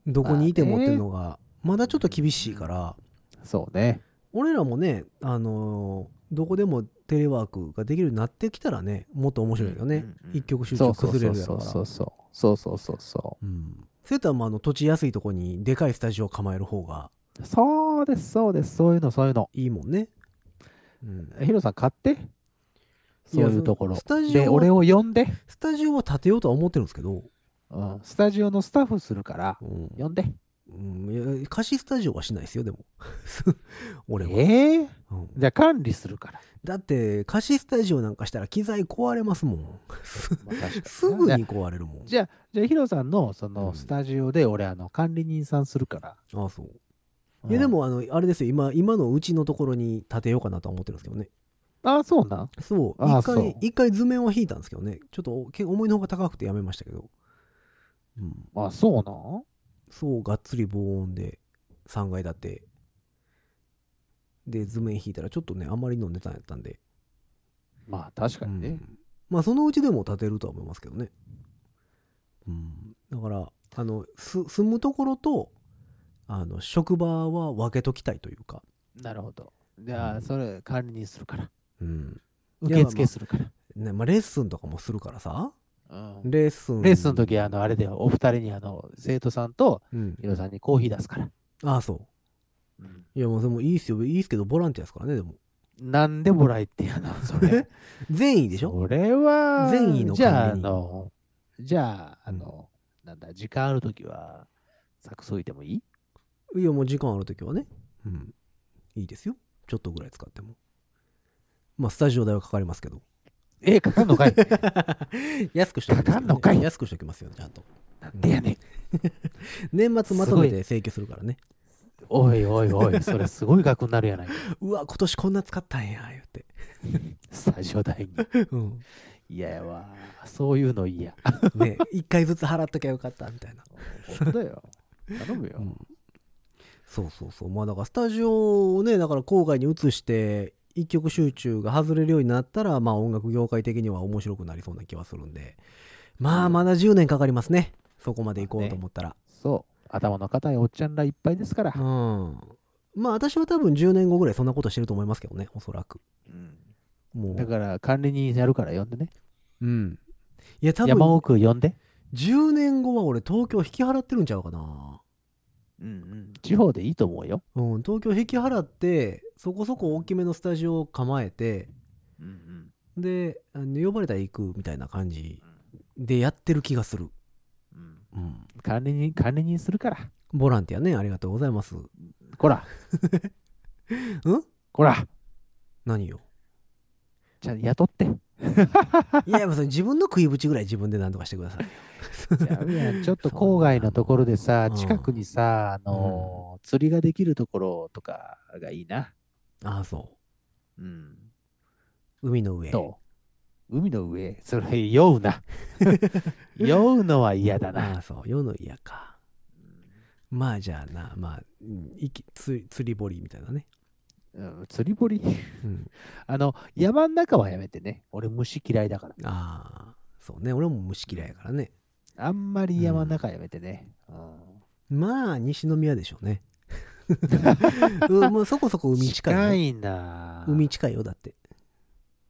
どこにいてもっていうのがまだちょっと厳しいからう。そうね。俺らもねあのーどこでもテレワークができるようになってきたらねもっと面白いよねうんうんうん一極集そ中うそう崩れそうるやそろうかそらうそう。そうそうそうそうんそうやったらまああの土地安いとこにでかいスタジオ構える方がう。そうです、そうです、そういうの、そういうの。いいもんねうんヒロさん、買って。そういうところス。タジで、オ俺はを呼んで、スタジオは建てようとは思ってるんですけどうん。スタジオのスタッフするから、うん呼んで。うんいや貸しスタジオはしないですよでも 俺はええうんじゃあ管理す るから。だって貸しスタジオなんかしたら機材壊れますもん まあ確かになすぐじゃあに壊れるもんじゃあ、じゃあヒロさんのそうのんスタジオで俺、あの管理人さんするから。ああそううんいやで、もあのあれですよ今今のうちのところに建てようかなとは思ってるんですけどねああ、そうなんそうああ一そ回う一回図面は引いたんですけどねちょっとけ思いのほか高くてやめましたけど、うん、あそうなんそうがっつり防音で3階建てで図面引いたらちょっとねあんまりの値段やったんで、まあ、確かにうね。んまあそのうちでも建てるとは思いますけどね、うん、だからあのす住むところとあの職場は分けときたいというか、なるほど。じゃあ、それ管理人するから。うん、いや受付するから。ねまあ、レッスンとかもするからさうんレッスンレッスンの時あのあれだよお二人にあの生徒さんとうんヒロさんにコーヒー出すから、ああそうん、ういやもうでもいいっすよいいっすけどボランティアですからねでもなんでもらえってやなそれ善意でしょそれは善意のじゃああ管理人のじゃああの、なんだ時間ある時はサックス置いてもいいいやもう時間ある時はねうんいいですよちょっとぐらい使ってもまあスタジオ代はかかりますけどえかかんのかい 安くしときますけどかかんのかい安くしときますよちゃんと なんでやねん年末まとめて請求するからねおいおいおいそれすごい額になるやないかうわ今年こんな使ったんや言ってスタジオ代にうん嫌やわそういうの嫌ね一回ずつ払っときゃよかったみたいな、本当だよ頼むよ、うんそうそうそうまあだからスタジオをねだから郊外に移して一曲集中が外れるようになったらまあ音楽業界的には面白くなりそうな気はするんでまあまだ10年かかりますねそこまで行こうと思ったら、そう頭の固いおっちゃんらいっぱいですから、うんまあ私は多分10年後ぐらいそんなことしてると思いますけどねおそらくうんもだうから管理人やるから呼んでねうんいや多山分奥呼んで、 10年後は俺東京引き払ってるんちゃうかなうん地方でいいと思うよ、うん、東京引き払ってそこそこ大きめのスタジオを構えてであの呼ばれたら行くみたいな感じでやってる気がする、うん、管理人管理人するからボランティアねありがとうございますこ らんこら何 よじゃあ雇っていやいやそれ自分の食いぶちぐらい自分で何とかしてください ちゃうやんちょっと郊外のところでさうん近くにさ、あのー釣りができるところとかがいいな、 ああそうん、う海の上どう海の上 それ酔うな 酔うのは嫌だなああそう世の嫌かまあじゃあなまあうんいきつ釣り堀みたいなね、うん釣り堀 うん、あの山の中はやめてね俺虫嫌いだからああそうね俺も虫嫌いやからねあんまり山の中やめてね、うんまあ西宮でしょ うね、うん、もうそこそこ海近いよ近いなあ海近いよだって、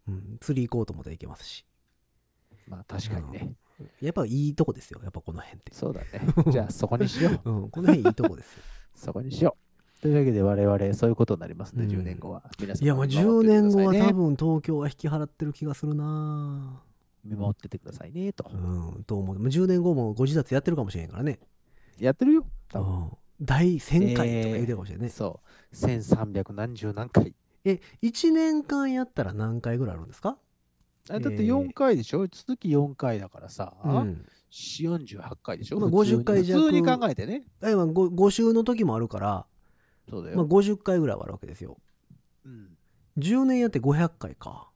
うん、釣り行こうと思ったら行けますしまあ確かにね、やっぱいいとこですよやっぱこの辺って、そうだねじゃあそこにしよううん、この辺いいとこですよそこにしようというわけで我々そういうことになりますね、うん10年後は皆さんいやもう見10守ってて年く後ださはい多ね分東京は引き払ってる気がするな見守っててくださいねと、うんと思うもう10年後もご自立やってるかもしれんからね、やってるよう多分、ん、第1000回とか言うてるかもしれんね、そう1300何十何回え1年間やったら何回ぐらいあるんですかあだってえー4回でしょ続き4回だからさ、うん48回でしょ、まあ普通に50回弱普通に考えてねだからご5週の時もあるから、そうだよ、まあ、50回ぐらいはあるわけですようん、 10年やって500回か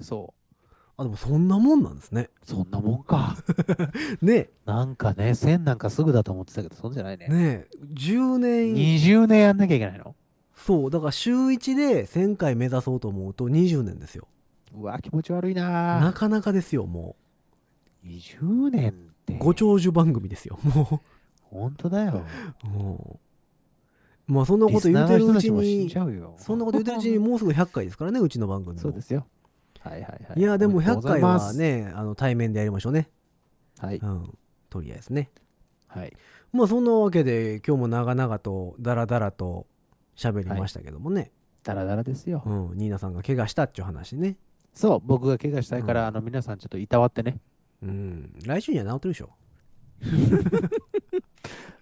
そあでもそんなもんなんですねうそんなもんかねなんかね1000なんかすぐだと思ってたけどそんじゃないねねえ10年20年やんなきゃいけないのそうだから週1で1000回目指そうと思うと20年ですようわ気持ち悪いななあかなかですよも20年ってうご長寿番組ですよも本当だようもうまあそんなこと言うてるうちにリスナーの人たちも死んじゃうよそんなこと言うてるうちにもうすぐ100回ですからねうちの番組もそうですよはいはいはいいやでも100回はおめでねあの対面でやりましょうねとうございますうんとりあえずねはいはいまあそんなわけで今日も長々とダラダラと喋りましたけどもね、だらだらですようんニーナさんが怪我したっていう話ねそう僕が怪我したいからうんあの皆さんちょっといたわってねうん来週には治ってるでしょ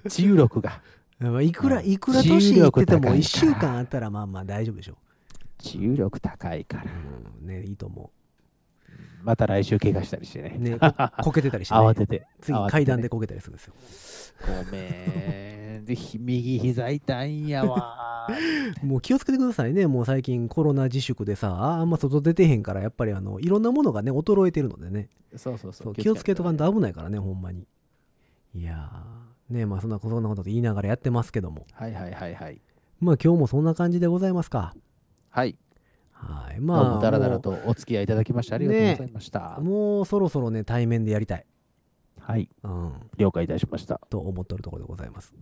治癒力がまあいくら、うんいくら年いってても治癒力高いから1週間あったらまあまあ大丈夫でしょ治癒力高いからうん、ね、いいと思また来週怪我したりしてね う。ね、ここけてたりして、ね、慌てて次慌ててね階段でこけたりするんですよ。ごめんでひ右膝痛いんやわもう気をつけてくださいね、もう最近コロナ自粛でさ、あんま外出てへんから、やっぱりあのいろんなものがね、衰えてるのでね、そうそうそそうう気をつけとかんだと危ないからね、ほんまに。いやー、ねまあそんなそんなこと言いながらやってますけども、はいはいはいはいまあ今日もそんな感じでございますか。はいはい、どうまあ、もだらだらもとお付き合いいただきましてありがとうございました、うもうそろそろね、対面でやりたい、はいうん、了解いたしましたと思っとるところでございます。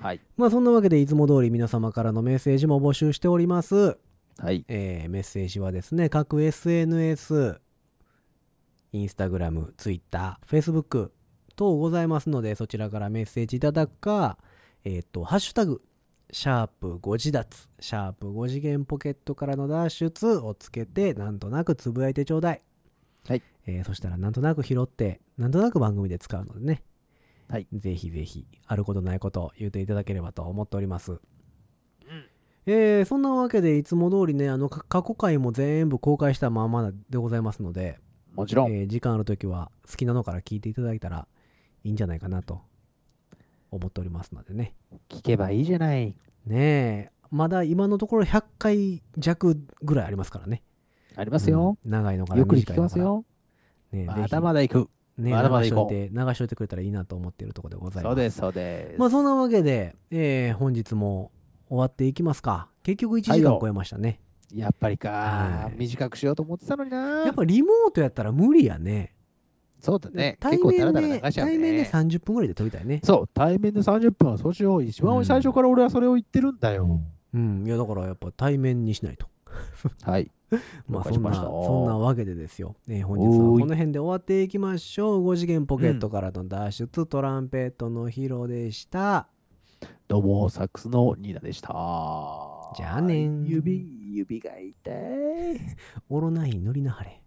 はいまあそんなわけでいつも通り皆様からのメッセージも募集しております。はいえーメッセージはですね、各 SNS、インスタグラム、ツイッター、フェイスブック等ございますので、そちらからメッセージいただくか、えっ、と、ハッシュタグ、シャープ5次脱、シャープ5次元ポケットからの脱出をつけて、なんとなくつぶやいてちょうだい。はい。えーそしたら、なんとなく拾って、なんとなく番組で使うのでね。はい。ぜひぜひ、あることないことを言っていただければと思っております。えーそんなわけで、いつも通りね、あの、か過去回も全部公開したままでございますので、もちろん、えー時間ある時は好きなのから聞いていただいたらいいんじゃないかなと思っておりますのでね。聞けばいいじゃない。ねえ、まだ今のところ100回弱ぐらいありますからね。ありますよ。うん長いのからゆっくり短い聞きのまかすら。よ。ねえまだぜまだ行く。ひねえまだまだ流し行とこいうて、流しといてくれたらいいなと思っているところでございます。そうです、そうです。まあそんなわけで、えー本日も終わっていきますか。結局1時間超えましたね。やっぱりかは、い短くしようと思ってたのにな。やっぱリモートやったら無理やね。そうだね。対結構ダ面ラダラで、流しちゃう対面でね。 30分ぐらいで撮りたいね。そう、対面で30分はそうしよう。一番最初から俺はそれを言ってるんだよ。うん。いやだからやっぱ対面にしないと。はい。まあ了解そしんなましたそんなわけでですよ、えー本日はおーいこの辺で終わっていきましょう5次元ポケットからの脱出、トランペットのヒロでしたどうも、サックスのニーナでした。じゃあねー指、指が痛い。オロナイン乗りなはれ